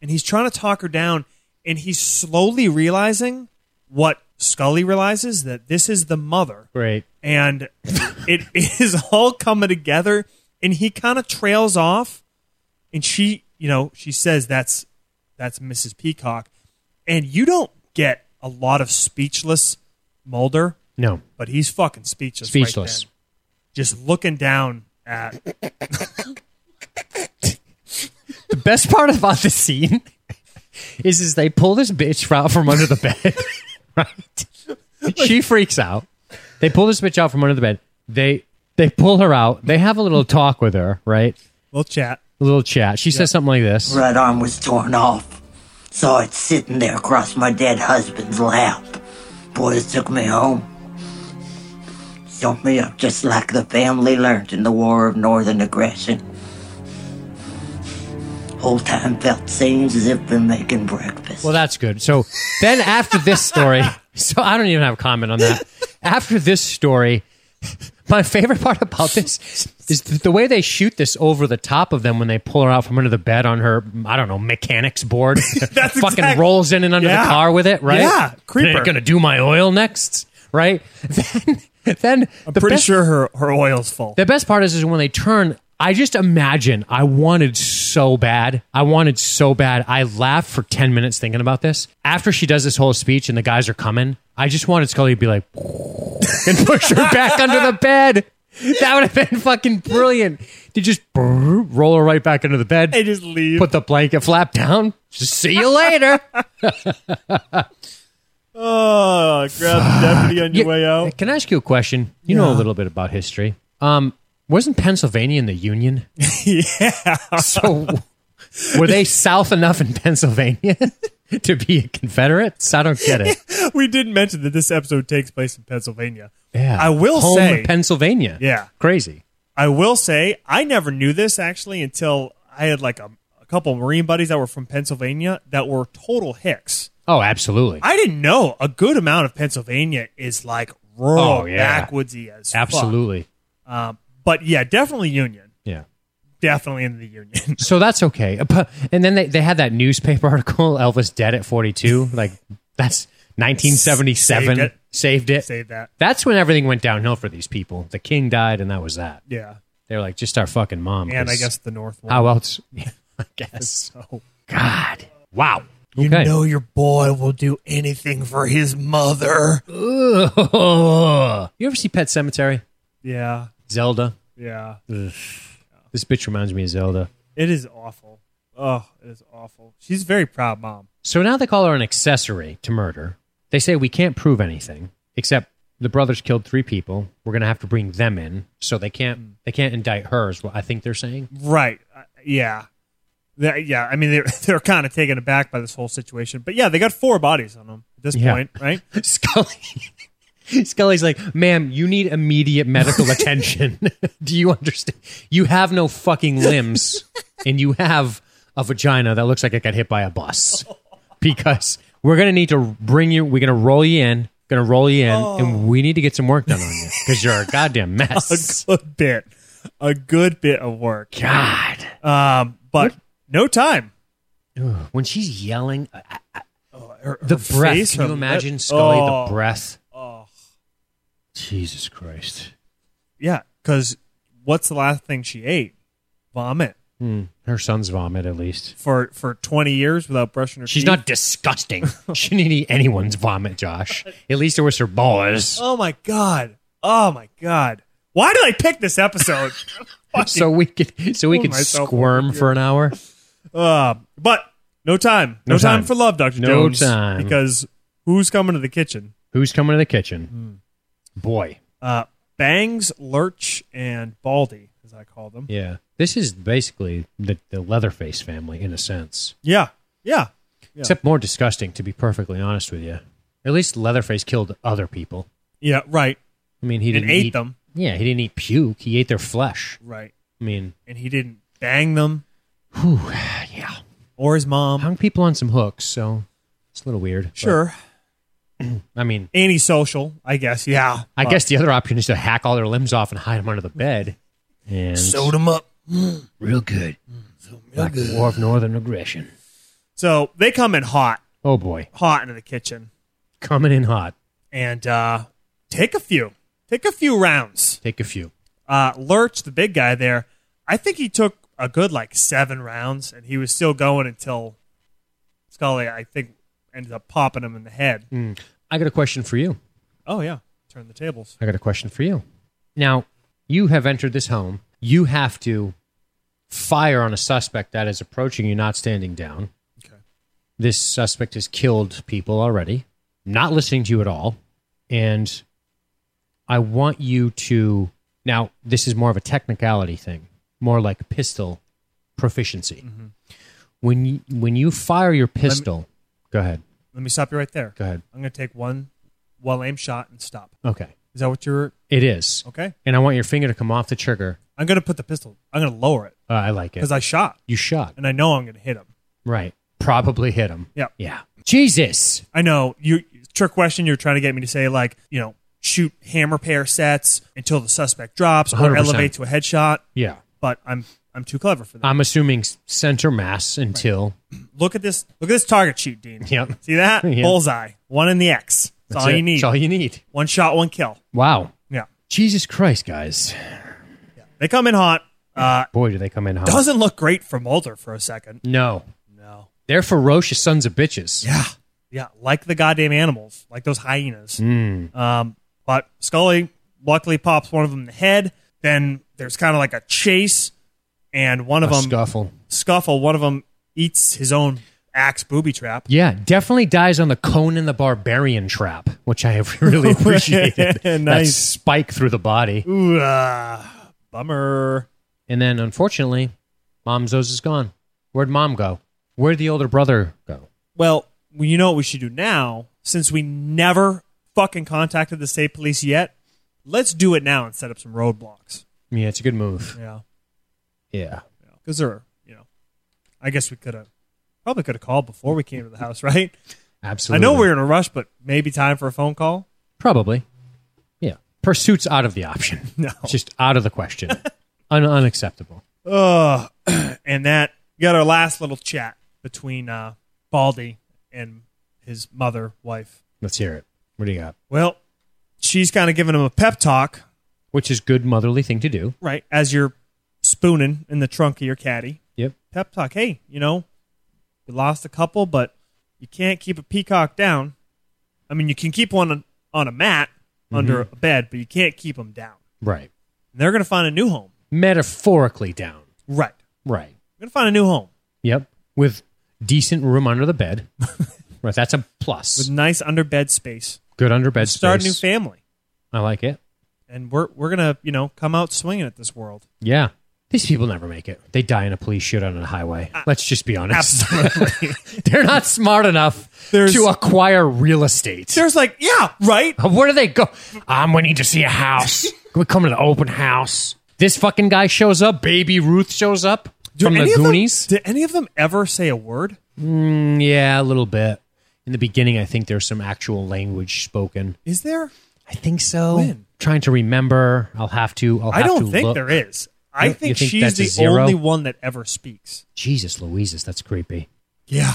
[SPEAKER 2] And he's trying to talk her down, and he's slowly realizing what Scully realizes that this is the mother
[SPEAKER 1] Great.
[SPEAKER 2] and it is all coming together and he kind of trails off and she you know she says that's that's mrs peacock and you don't get a lot of speechless mulder
[SPEAKER 1] No,
[SPEAKER 2] but he's fucking speechless right
[SPEAKER 1] speechless.
[SPEAKER 2] then. just looking down at
[SPEAKER 1] the best part about the scene is is they pull this bitch out from under the bed. right? She freaks out. They pull this bitch out from under the bed. They they pull her out. They have a little talk with her, right?
[SPEAKER 2] little chat
[SPEAKER 1] A little chat. She says something like this.
[SPEAKER 6] Right arm was torn off. Saw it sitting there across my dead husband's lap. Boys took me home. Sewed me up just like the family learned in the War of Northern Aggression. Whole time felt seems as if been making breakfast.
[SPEAKER 1] Well, that's good. So then after this story, so I don't even have a comment on that. After this story, my favorite part about this is th- the way they shoot this over the top of them when they pull her out from under the bed on her, I don't know, mechanics board.
[SPEAKER 2] That's
[SPEAKER 1] fucking
[SPEAKER 2] exact-
[SPEAKER 1] rolls in and under
[SPEAKER 2] Yeah.
[SPEAKER 1] the car with it, right?
[SPEAKER 2] Yeah, creeper.
[SPEAKER 1] Gonna do my oil next, right? Then, then
[SPEAKER 2] i'm
[SPEAKER 1] the
[SPEAKER 2] pretty
[SPEAKER 1] best-
[SPEAKER 2] sure her her oil's full
[SPEAKER 1] the best part is, is when they turn. I just imagine. I wanted so bad. I wanted so bad. I laughed for ten minutes thinking about this. After she does this whole speech and the guys are coming, I just wanted Scully to be like and push her back under the bed. That would have been fucking brilliant. To just roll her right back under the bed,
[SPEAKER 2] they just leave
[SPEAKER 1] put the blanket flap down. Just see you later.
[SPEAKER 2] oh grab the deputy on your
[SPEAKER 1] Yeah,
[SPEAKER 2] way out
[SPEAKER 1] Can I ask you a question? You know a little bit about history. Um, wasn't Pennsylvania in the Union? yeah. So were they south enough in Pennsylvania to be a Confederate? I don't get it.
[SPEAKER 2] we didn't mention that this episode takes place in pennsylvania
[SPEAKER 1] Yeah.
[SPEAKER 2] i will
[SPEAKER 1] Home
[SPEAKER 2] say
[SPEAKER 1] of Pennsylvania.
[SPEAKER 2] Yeah.
[SPEAKER 1] Crazy.
[SPEAKER 2] I will say I never knew this actually until I had like a, a couple Marine buddies that were from Pennsylvania that were total hicks.
[SPEAKER 1] Oh, absolutely.
[SPEAKER 2] I didn't know a good amount of Pennsylvania is like rural,
[SPEAKER 1] Oh, yeah.
[SPEAKER 2] backwoodsy as fuck.
[SPEAKER 1] absolutely.
[SPEAKER 2] Um, but yeah, definitely Union,
[SPEAKER 1] Yeah.
[SPEAKER 2] definitely in the Union.
[SPEAKER 1] So that's okay. Uh, but- And then they, they had that newspaper article, Elvis dead at 42. Like, that's 1977.
[SPEAKER 2] Saved it.
[SPEAKER 1] Saved it.
[SPEAKER 2] Say that,
[SPEAKER 1] That's when everything went downhill for these people. The king died, and that was that.
[SPEAKER 2] yeah,
[SPEAKER 1] They were like, just our fucking mom.
[SPEAKER 2] and I
[SPEAKER 1] 'cause
[SPEAKER 2] guess the North. One.
[SPEAKER 1] how else? I guess.
[SPEAKER 2] so
[SPEAKER 1] God. Wow.
[SPEAKER 2] you
[SPEAKER 1] Okay.
[SPEAKER 2] know your boy will do anything for his mother.
[SPEAKER 1] Ugh. You ever see Pet Cemetery?
[SPEAKER 2] Yeah,
[SPEAKER 1] Zelda.
[SPEAKER 2] Yeah.
[SPEAKER 1] This bitch reminds me of Zelda.
[SPEAKER 2] It is awful. Oh, it is awful. She's a very proud mom.
[SPEAKER 1] So now they call her an accessory to murder. They say we can't prove anything except the brothers killed three people. We're gonna have to bring them in, so they can't they can't indict her. Is what I think they're saying.
[SPEAKER 2] Right. Uh, yeah. They- yeah. I mean, they're, they're kind of taken aback by this whole situation. But yeah, they got four bodies on them at this
[SPEAKER 1] Yeah.
[SPEAKER 2] point, right?
[SPEAKER 1] Scully. Scully's like, ma'am, you need immediate medical attention. Do you understand? You have no fucking limbs, and you have a vagina that looks like it got hit by a bus. Because we're gonna need to bring you. We're gonna roll you in. Gonna roll you in,
[SPEAKER 2] Oh.
[SPEAKER 1] and we need to get some work done on you because you're a goddamn
[SPEAKER 2] A
[SPEAKER 1] mess.
[SPEAKER 2] good bit. A good bit of work.
[SPEAKER 1] God,
[SPEAKER 2] Um, but no time.
[SPEAKER 1] when she's yelling, I- I-
[SPEAKER 2] Her-
[SPEAKER 1] the
[SPEAKER 2] her
[SPEAKER 1] breath.
[SPEAKER 2] Uh, face,
[SPEAKER 1] Can
[SPEAKER 2] her
[SPEAKER 1] you imagine
[SPEAKER 2] lip-
[SPEAKER 1] Scully?
[SPEAKER 2] Oh,
[SPEAKER 1] The breath.
[SPEAKER 2] oh.
[SPEAKER 1] Jesus Christ.
[SPEAKER 2] Yeah, because what's the last thing she ate? Vomit
[SPEAKER 1] Hmm. Her son's vomit, at least.
[SPEAKER 2] for for twenty years without brushing her.
[SPEAKER 1] She's
[SPEAKER 2] teeth?
[SPEAKER 1] not disgusting. she didn't eat anyone's vomit, Josh. At least it was her balls.
[SPEAKER 2] Oh my god. Oh my god. Why did I pick this episode?
[SPEAKER 1] So we could so we
[SPEAKER 2] Pull
[SPEAKER 1] could
[SPEAKER 2] myself
[SPEAKER 1] squirm for an hour.
[SPEAKER 2] Uh, but no time. No,
[SPEAKER 1] No
[SPEAKER 2] time.
[SPEAKER 1] time.
[SPEAKER 2] for love, Dr.
[SPEAKER 1] No
[SPEAKER 2] Jones.
[SPEAKER 1] time.
[SPEAKER 2] Because who's coming to the kitchen?
[SPEAKER 1] Who's coming to the kitchen? Boy.
[SPEAKER 2] Uh, Bangs, Lurch, and Baldy, as I call them.
[SPEAKER 1] Yeah. This is basically the, the Leatherface family in a sense.
[SPEAKER 2] Yeah. Yeah.
[SPEAKER 1] Except more disgusting, to be perfectly honest with you. At least Leatherface killed other people.
[SPEAKER 2] Yeah, right.
[SPEAKER 1] I mean, he
[SPEAKER 2] And
[SPEAKER 1] didn't
[SPEAKER 2] ate
[SPEAKER 1] eat,
[SPEAKER 2] them.
[SPEAKER 1] Yeah, he didn't eat puke. He ate their flesh.
[SPEAKER 2] Right.
[SPEAKER 1] I mean,
[SPEAKER 2] And he didn't bang them
[SPEAKER 1] whew, yeah,
[SPEAKER 2] or his mom.
[SPEAKER 1] hung people on some hooks, so it's a little weird. but-
[SPEAKER 2] Sure.
[SPEAKER 1] I mean,
[SPEAKER 2] Antisocial, I guess. Yeah.
[SPEAKER 1] I
[SPEAKER 2] But-
[SPEAKER 1] guess the other option is to hack all their limbs off and hide them under the bed. And
[SPEAKER 2] Sewed them up.
[SPEAKER 4] Real good.
[SPEAKER 1] like the War of Northern Aggression.
[SPEAKER 2] So they come in hot,
[SPEAKER 1] Oh boy,
[SPEAKER 2] hot into the kitchen
[SPEAKER 1] coming in hot.
[SPEAKER 2] and uh, take a few. Take a few rounds.
[SPEAKER 1] Take a few.
[SPEAKER 2] uh, Lurch, the big guy there, I think he took a good like seven rounds, and he was still going until Scully, I think, ended up popping him in the head.
[SPEAKER 1] I got a question for you.
[SPEAKER 2] Oh yeah, turn the tables.
[SPEAKER 1] I got a question for you. Now, you have entered this home. You have to fire on a suspect that is approaching you, not standing down.
[SPEAKER 2] Okay.
[SPEAKER 1] This suspect has killed people already, not listening to you at all. And I want you to. Now, this is more of a technicality thing, more like pistol proficiency.
[SPEAKER 2] Mm-hmm.
[SPEAKER 1] When, you, when you fire your pistol, go ahead.
[SPEAKER 2] Let me stop you right there.
[SPEAKER 1] Go ahead.
[SPEAKER 2] I'm gonna take one well aimed shot and stop.
[SPEAKER 1] Okay.
[SPEAKER 2] Is that what you're?
[SPEAKER 1] It is.
[SPEAKER 2] Okay.
[SPEAKER 1] And I want your finger to come off the trigger.
[SPEAKER 2] I'm gonna put the pistol. I'm gonna lower it
[SPEAKER 1] Uh, I like it.
[SPEAKER 2] because I shot,
[SPEAKER 1] you shot.
[SPEAKER 2] and I know I'm gonna hit him.
[SPEAKER 1] Right. Probably hit him.
[SPEAKER 2] Yeah.
[SPEAKER 1] Yeah. Jesus.
[SPEAKER 2] I know you trick question. You're trying to get me to say like you know shoot hammer pair sets until the suspect drops or
[SPEAKER 1] 100%.
[SPEAKER 2] elevate to a headshot,
[SPEAKER 1] Yeah.
[SPEAKER 2] but I'm I'm too clever for that.
[SPEAKER 1] I'm assuming s- center mass until.
[SPEAKER 2] look at this look at this target shoot, Dean.
[SPEAKER 1] Yep.
[SPEAKER 2] See that?
[SPEAKER 1] Yeah.
[SPEAKER 2] Bullseye. One in the X. That's, all
[SPEAKER 1] it.
[SPEAKER 2] you need.
[SPEAKER 1] That's all you need.
[SPEAKER 2] One shot, one kill.
[SPEAKER 1] Wow.
[SPEAKER 2] Yeah.
[SPEAKER 1] Jesus Christ, guys.
[SPEAKER 2] They come in hot. Uh
[SPEAKER 1] Boy, do they come in hot.
[SPEAKER 2] doesn't look great for Mulder for a second.
[SPEAKER 1] no.
[SPEAKER 2] No.
[SPEAKER 1] They're ferocious sons of bitches.
[SPEAKER 2] Yeah. Yeah. Like the goddamn animals, like those hyenas.
[SPEAKER 1] Hmm.
[SPEAKER 2] Um, but Scully luckily pops one of them in the head. Then there's kind of like a chase, and one of
[SPEAKER 1] A
[SPEAKER 2] them
[SPEAKER 1] scuffle.
[SPEAKER 2] scuffle. One of them eats his own axe booby trap.
[SPEAKER 1] Yeah, definitely dies on the Conan the Barbarian trap, which I have really appreciated. That
[SPEAKER 2] Nice.
[SPEAKER 1] spike through the body.
[SPEAKER 2] Ooh, ah, bummer.
[SPEAKER 1] And then, unfortunately, Mom Zos is gone. Where'd Mom go? Where'd the older brother go?
[SPEAKER 2] Well, well, you know what we should do now, since we never fucking contacted the state police yet. Let's do it now and set up some roadblocks.
[SPEAKER 1] Yeah, it's a good move.
[SPEAKER 2] Yeah,
[SPEAKER 1] Yeah.
[SPEAKER 2] because they're you know, I guess we could have probably could have called before we came to the house, right?
[SPEAKER 1] Absolutely.
[SPEAKER 2] I know we're in a rush, but maybe time for a phone call.
[SPEAKER 1] Probably. Yeah. Pursuit's out of the option.
[SPEAKER 2] No.
[SPEAKER 1] It's Just out of the question. Un- unacceptable.
[SPEAKER 2] Ugh. and that we got our last little chat between uh, Baldy and his mother wife.
[SPEAKER 1] Let's hear it. What do you got?
[SPEAKER 2] Well, she's kind of giving him a pep talk,
[SPEAKER 1] Which is good motherly thing to do.
[SPEAKER 2] right? As you're spooning in the trunk of your caddy.
[SPEAKER 1] Yep.
[SPEAKER 2] pep talk. Hey, you know, you lost a couple, but you can't keep a peacock down.
[SPEAKER 1] Mm-hmm.
[SPEAKER 2] I mean, you can keep one on, on a mat under a bed, but you can't keep them down.
[SPEAKER 1] Right.
[SPEAKER 2] And they're going to find a new home.
[SPEAKER 1] Metaphorically down.
[SPEAKER 2] Right.
[SPEAKER 1] Right.
[SPEAKER 2] They're going to find a new home
[SPEAKER 1] Yep. With decent room under the bed. right. That's a plus.
[SPEAKER 2] with nice underbed space.
[SPEAKER 1] Good under bed space.
[SPEAKER 2] Start a new family.
[SPEAKER 1] I like it.
[SPEAKER 2] And we're, we're going to, you know, come out swinging at this world.
[SPEAKER 1] Yeah. These people never make it. They die in a police shootout on a highway. Let's just be honest.
[SPEAKER 2] Ah, Absolutely.
[SPEAKER 1] They're not smart enough
[SPEAKER 2] There's-
[SPEAKER 1] to acquire real estate.
[SPEAKER 2] There's like, yeah, right?
[SPEAKER 1] Where do they go? Um, we need to see a house. Can we come to the open house? This fucking guy shows up. Baby Ruth shows up
[SPEAKER 2] Do
[SPEAKER 1] from the
[SPEAKER 2] any of them-
[SPEAKER 1] Goonies.
[SPEAKER 2] did any of them ever say a word?
[SPEAKER 1] Mm, yeah, a little bit. In the beginning, I think there's some actual language spoken.
[SPEAKER 2] Is there?
[SPEAKER 1] I think so.
[SPEAKER 2] When?
[SPEAKER 1] Trying to remember. I'll have to. I'll
[SPEAKER 2] I
[SPEAKER 1] have
[SPEAKER 2] don't
[SPEAKER 1] to
[SPEAKER 2] think
[SPEAKER 1] look.
[SPEAKER 2] there is. I
[SPEAKER 1] You
[SPEAKER 2] think,
[SPEAKER 1] think
[SPEAKER 2] she's
[SPEAKER 1] that's a
[SPEAKER 2] the
[SPEAKER 1] zero?
[SPEAKER 2] only one that ever speaks.
[SPEAKER 1] Jesus, Louises, that's creepy.
[SPEAKER 2] Yeah.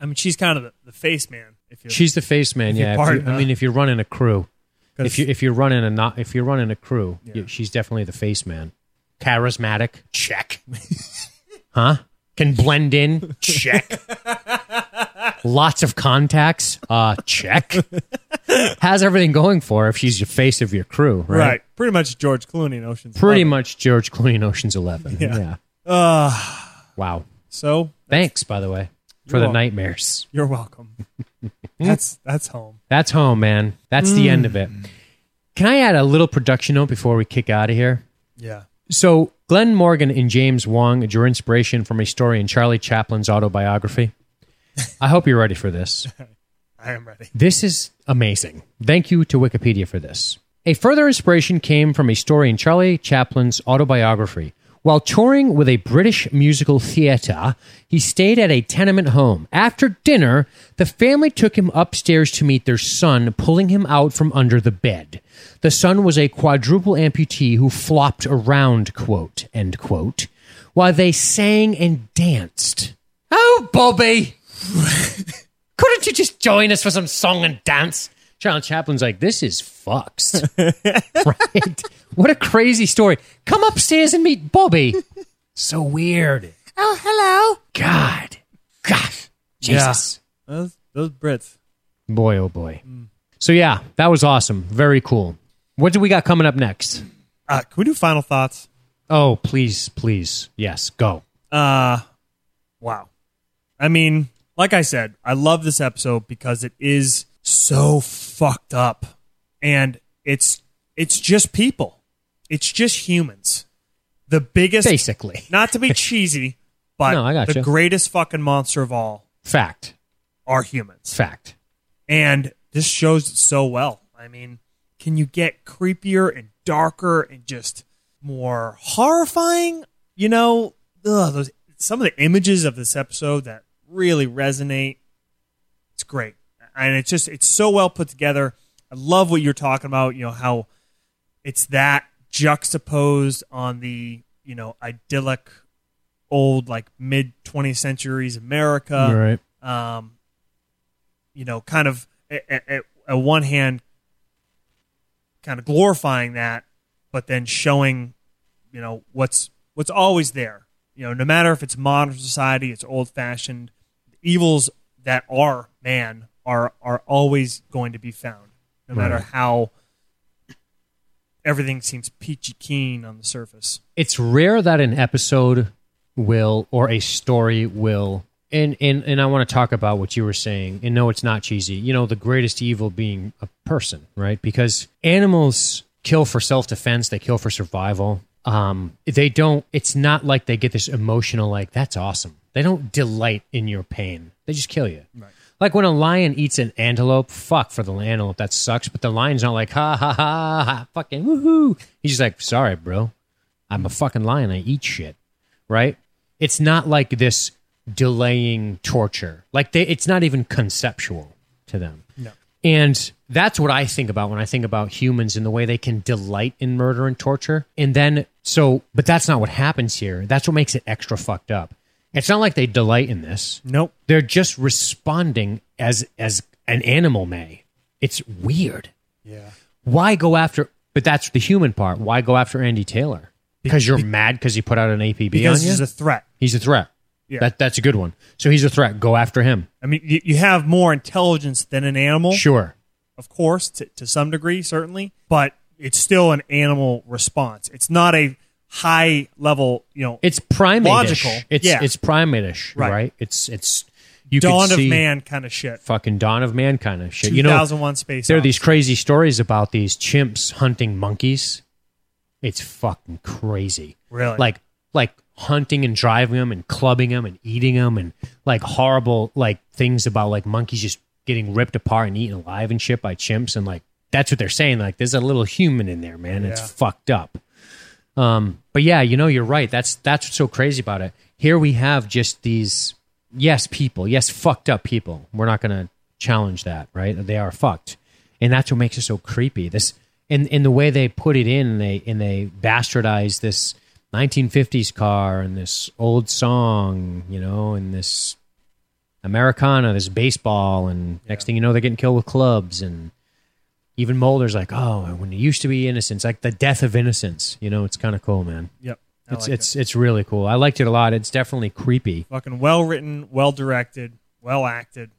[SPEAKER 2] I mean, she's kind of the, the face man. If you
[SPEAKER 1] She's the face man.
[SPEAKER 2] If you
[SPEAKER 1] Yeah. If
[SPEAKER 2] pardon,
[SPEAKER 1] you- I
[SPEAKER 2] huh?
[SPEAKER 1] mean, if you're running a crew,
[SPEAKER 2] 'cause
[SPEAKER 1] if you if you're running a not if you're running a crew,
[SPEAKER 2] Yeah.
[SPEAKER 1] you- she's definitely the face man. Charismatic, check. huh? Can blend in, check. Lots of contacts, uh, check. Has everything going for her if she's your face of your crew, right?
[SPEAKER 2] right. pretty much George Clooney in Ocean's.
[SPEAKER 1] Pretty
[SPEAKER 2] Eleven.
[SPEAKER 1] much George Clooney in Ocean's Eleven.
[SPEAKER 2] Yeah.
[SPEAKER 1] Yeah.
[SPEAKER 2] Uh,
[SPEAKER 1] Wow.
[SPEAKER 2] so
[SPEAKER 1] Thanks, by the way, for
[SPEAKER 2] You're
[SPEAKER 1] the
[SPEAKER 2] welcome.
[SPEAKER 1] nightmares.
[SPEAKER 2] you're welcome. that's that's home.
[SPEAKER 1] That's home, man. That's the end of it.
[SPEAKER 2] Mm.
[SPEAKER 1] Can I add a little production note before we kick out of here?
[SPEAKER 2] Yeah.
[SPEAKER 1] So, Glenn Morgan and James Wong drew inspiration from a story in Charlie Chaplin's autobiography. I hope you're ready for this.
[SPEAKER 2] I am ready.
[SPEAKER 1] This is amazing. Thank you to Wikipedia for this. A further inspiration came from a story in Charlie Chaplin's autobiography. While touring with a British musical theater, he stayed at a tenement home. After dinner, the family took him upstairs to meet their son, pulling him out from under the bed. The son was a quadruple amputee who flopped around, quote, end quote, while they sang and danced. Oh, Bobby! couldn't you just join us for some song and dance? Charles Chaplin's like, this is fucks. right? What a crazy story. Come upstairs and meet Bobby. so weird. Oh, hello. God. God. Jesus.
[SPEAKER 2] Those, those Brits.
[SPEAKER 1] Boy, oh boy. So, yeah, that was awesome. Very cool. What do we got coming up next?
[SPEAKER 2] Uh, can we do final thoughts?
[SPEAKER 1] Oh, please, please. Yes, go.
[SPEAKER 2] Uh wow. I mean, like I said, I love this episode because it is so fucked up. And it's it's just people. It's just humans. The biggest
[SPEAKER 1] Basically.
[SPEAKER 2] not to be cheesy, but
[SPEAKER 1] No, I gotcha.
[SPEAKER 2] the greatest fucking monster of all
[SPEAKER 1] Fact.
[SPEAKER 2] are humans.
[SPEAKER 1] Fact.
[SPEAKER 2] And this shows it so well. I mean, can you get creepier and darker and just more horrifying? You know, ugh, those some of the images of this episode that really resonate. It's great. And it's just it's so well put together. I love what you're talking about, you know, how it's that juxtaposed on the, you know, idyllic old like mid 20th centuries America
[SPEAKER 1] right.
[SPEAKER 2] um, you know, kind of at, at, at one hand, kind of glorifying that, but then showing, you know, what's what's always there. You know, no matter if it's modern society, it's old fashioned, evils that are man are are always going to be found, no matter
[SPEAKER 1] Right.
[SPEAKER 2] how everything seems peachy keen on the surface.
[SPEAKER 1] it's rare that an episode will or a story will and and and I want to talk about what you were saying and no it's not cheesy you know the greatest evil being a person right because animals kill for self defense they kill for survival um they don't it's not like they get this emotional like that's awesome they don't delight in your pain they just kill you right like when a lion eats an antelope, fuck for the antelope, that sucks. But the lion's not like, ha ha ha, ha fucking woohoo. He's just like, sorry, bro. I'm a fucking lion. I eat shit, right? It's not like this delaying torture. Like they, it's not even conceptual to them. No. And that's what I think about when I think about humans and the way they can delight in murder and torture. And then so, but that's not what happens here. That's what makes it extra fucked up. It's not like they delight in this.
[SPEAKER 2] Nope.
[SPEAKER 1] They're just responding as as an animal may. It's weird
[SPEAKER 2] Yeah.
[SPEAKER 1] why go after? But that's the human part. Why go after Andy Taylor? Because you're mad because he put out an APB
[SPEAKER 2] Because
[SPEAKER 1] on you.
[SPEAKER 2] it's a threat.
[SPEAKER 1] he's a threat.
[SPEAKER 2] Yeah.
[SPEAKER 1] That that's a good one. So he's a threat. Go after him.
[SPEAKER 2] I mean, you, you have more intelligence than an animal.
[SPEAKER 1] Sure.
[SPEAKER 2] of course, to, to some degree, certainly. But it's still an animal response. It's not a high level, you know,
[SPEAKER 1] It's primate.
[SPEAKER 2] Logical.
[SPEAKER 1] It's
[SPEAKER 2] Yeah.
[SPEAKER 1] it's primate-ish,
[SPEAKER 2] Right.
[SPEAKER 1] right? It's it's you could
[SPEAKER 2] dawn of
[SPEAKER 1] see
[SPEAKER 2] man kind of shit.
[SPEAKER 1] fucking dawn of man kind of shit. You know,
[SPEAKER 2] 2001 Space
[SPEAKER 1] there are
[SPEAKER 2] Odyssey.
[SPEAKER 1] these crazy stories about these chimps hunting monkeys. It's fucking crazy.
[SPEAKER 2] Really?
[SPEAKER 1] Like like hunting and driving them and clubbing them and eating them and like horrible like things about like monkeys just getting ripped apart and eaten alive and shit by chimps and like that's what they're saying like there's a little human in there man it's
[SPEAKER 2] Yeah.
[SPEAKER 1] fucked up um but yeah you know you're right that's that's what's so crazy about it here we have just these yes people yes fucked up people we're not going to challenge that right they are fucked and that's what makes it so creepy this and in the way they put it in and they and they bastardize this 1950s car and this old song you know and this Americana, there's baseball, and next thing you know, they're getting killed with clubs. And even Mulder's like, oh, when it used to be innocence, like the death of innocence. You know, it's kind of cool, man.
[SPEAKER 2] Yep. I
[SPEAKER 1] It's
[SPEAKER 2] like
[SPEAKER 1] it's it's really cool. I liked it a lot. It's definitely creepy.
[SPEAKER 2] it. fucking well written, well directed, well acted.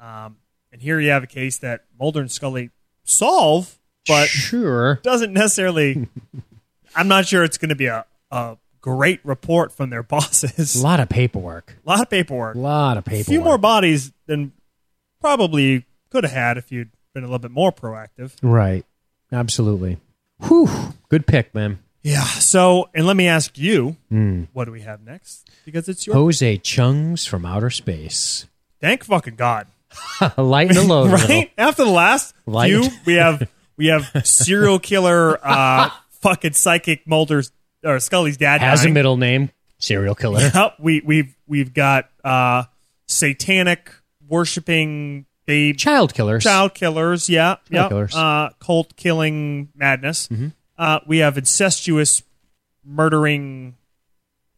[SPEAKER 2] Um, and here you have a case that Mulder and Scully solve, but
[SPEAKER 1] sure,
[SPEAKER 2] doesn't necessarily. I'm not sure it's going to be a, a great report from their
[SPEAKER 1] a
[SPEAKER 2] bosses.
[SPEAKER 1] lot of paperwork.
[SPEAKER 2] a lot of paperwork.
[SPEAKER 1] A lot of paperwork.
[SPEAKER 2] A few more bodies than probably you could have had if you'd been a little bit more proactive.
[SPEAKER 1] right? Absolutely. Whew. Good pick, man.
[SPEAKER 2] Yeah. So, and let me ask you,
[SPEAKER 1] Hmm.
[SPEAKER 2] what do we have next? Because it's your
[SPEAKER 1] Jose Chung's from outer space.
[SPEAKER 2] thank fucking god,
[SPEAKER 1] Lighten the load, a
[SPEAKER 2] right?
[SPEAKER 1] little.
[SPEAKER 2] After the last
[SPEAKER 1] Oh, Light.
[SPEAKER 2] few, we have we have serial killer, uh, fucking psychic Mulder's or Scully's dad
[SPEAKER 1] Has a
[SPEAKER 2] dying.
[SPEAKER 1] middle name, serial killer.
[SPEAKER 2] Yep, we we've we've got uh, satanic worshiping babe
[SPEAKER 1] Child killers.
[SPEAKER 2] child killers, yeah, yeah,
[SPEAKER 1] killers. Mm-hmm.
[SPEAKER 2] Uh, cult killing madness. Uh, we have incestuous murdering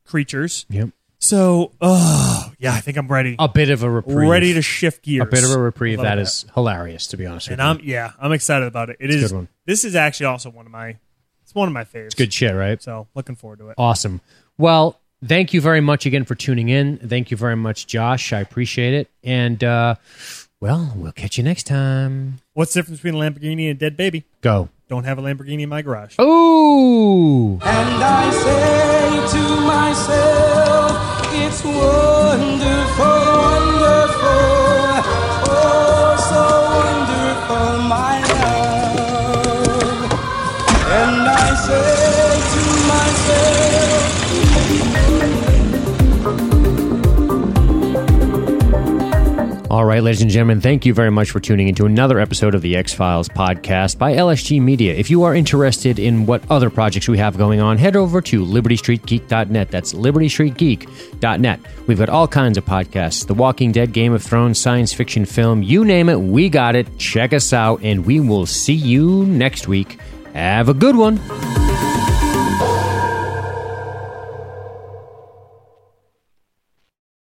[SPEAKER 2] creatures.
[SPEAKER 1] Yep.
[SPEAKER 2] So, oh yeah, I think I'm ready,
[SPEAKER 1] A bit of a reprieve.
[SPEAKER 2] ready to shift gears.
[SPEAKER 1] A bit of a reprieve.
[SPEAKER 2] little
[SPEAKER 1] That
[SPEAKER 2] bit.
[SPEAKER 1] is hilarious, to be honest with you.
[SPEAKER 2] and I'm yeah, I'm excited about it. It
[SPEAKER 1] a
[SPEAKER 2] is.
[SPEAKER 1] good one.
[SPEAKER 2] This is actually also one of my. It's one of my favorites.
[SPEAKER 1] it's good shit, right?
[SPEAKER 2] So looking forward to it.
[SPEAKER 1] Awesome. Well, thank you very much again for tuning in. Thank you very much, Josh. I appreciate it. And, uh, well, we'll catch you next time.
[SPEAKER 2] What's the difference between a Lamborghini and a dead baby?
[SPEAKER 1] Go.
[SPEAKER 2] Don't have a Lamborghini in my garage.
[SPEAKER 1] Ooh.
[SPEAKER 7] And I say to myself, it's wonderful, wonderful, oh, so wonderful, my love. And I say to myself,
[SPEAKER 1] All right, ladies and gentlemen, thank you very much for tuning into another episode of the X Files podcast by LSG Media. If you are interested in what other projects we have going on, head over to libertystreetgeek.net. That's libertystreetgeek.net. We've got all kinds of podcasts The Walking Dead, Game of Thrones, science fiction film, you name it, we got it. Check us out, and we will see you next week. Have a good one.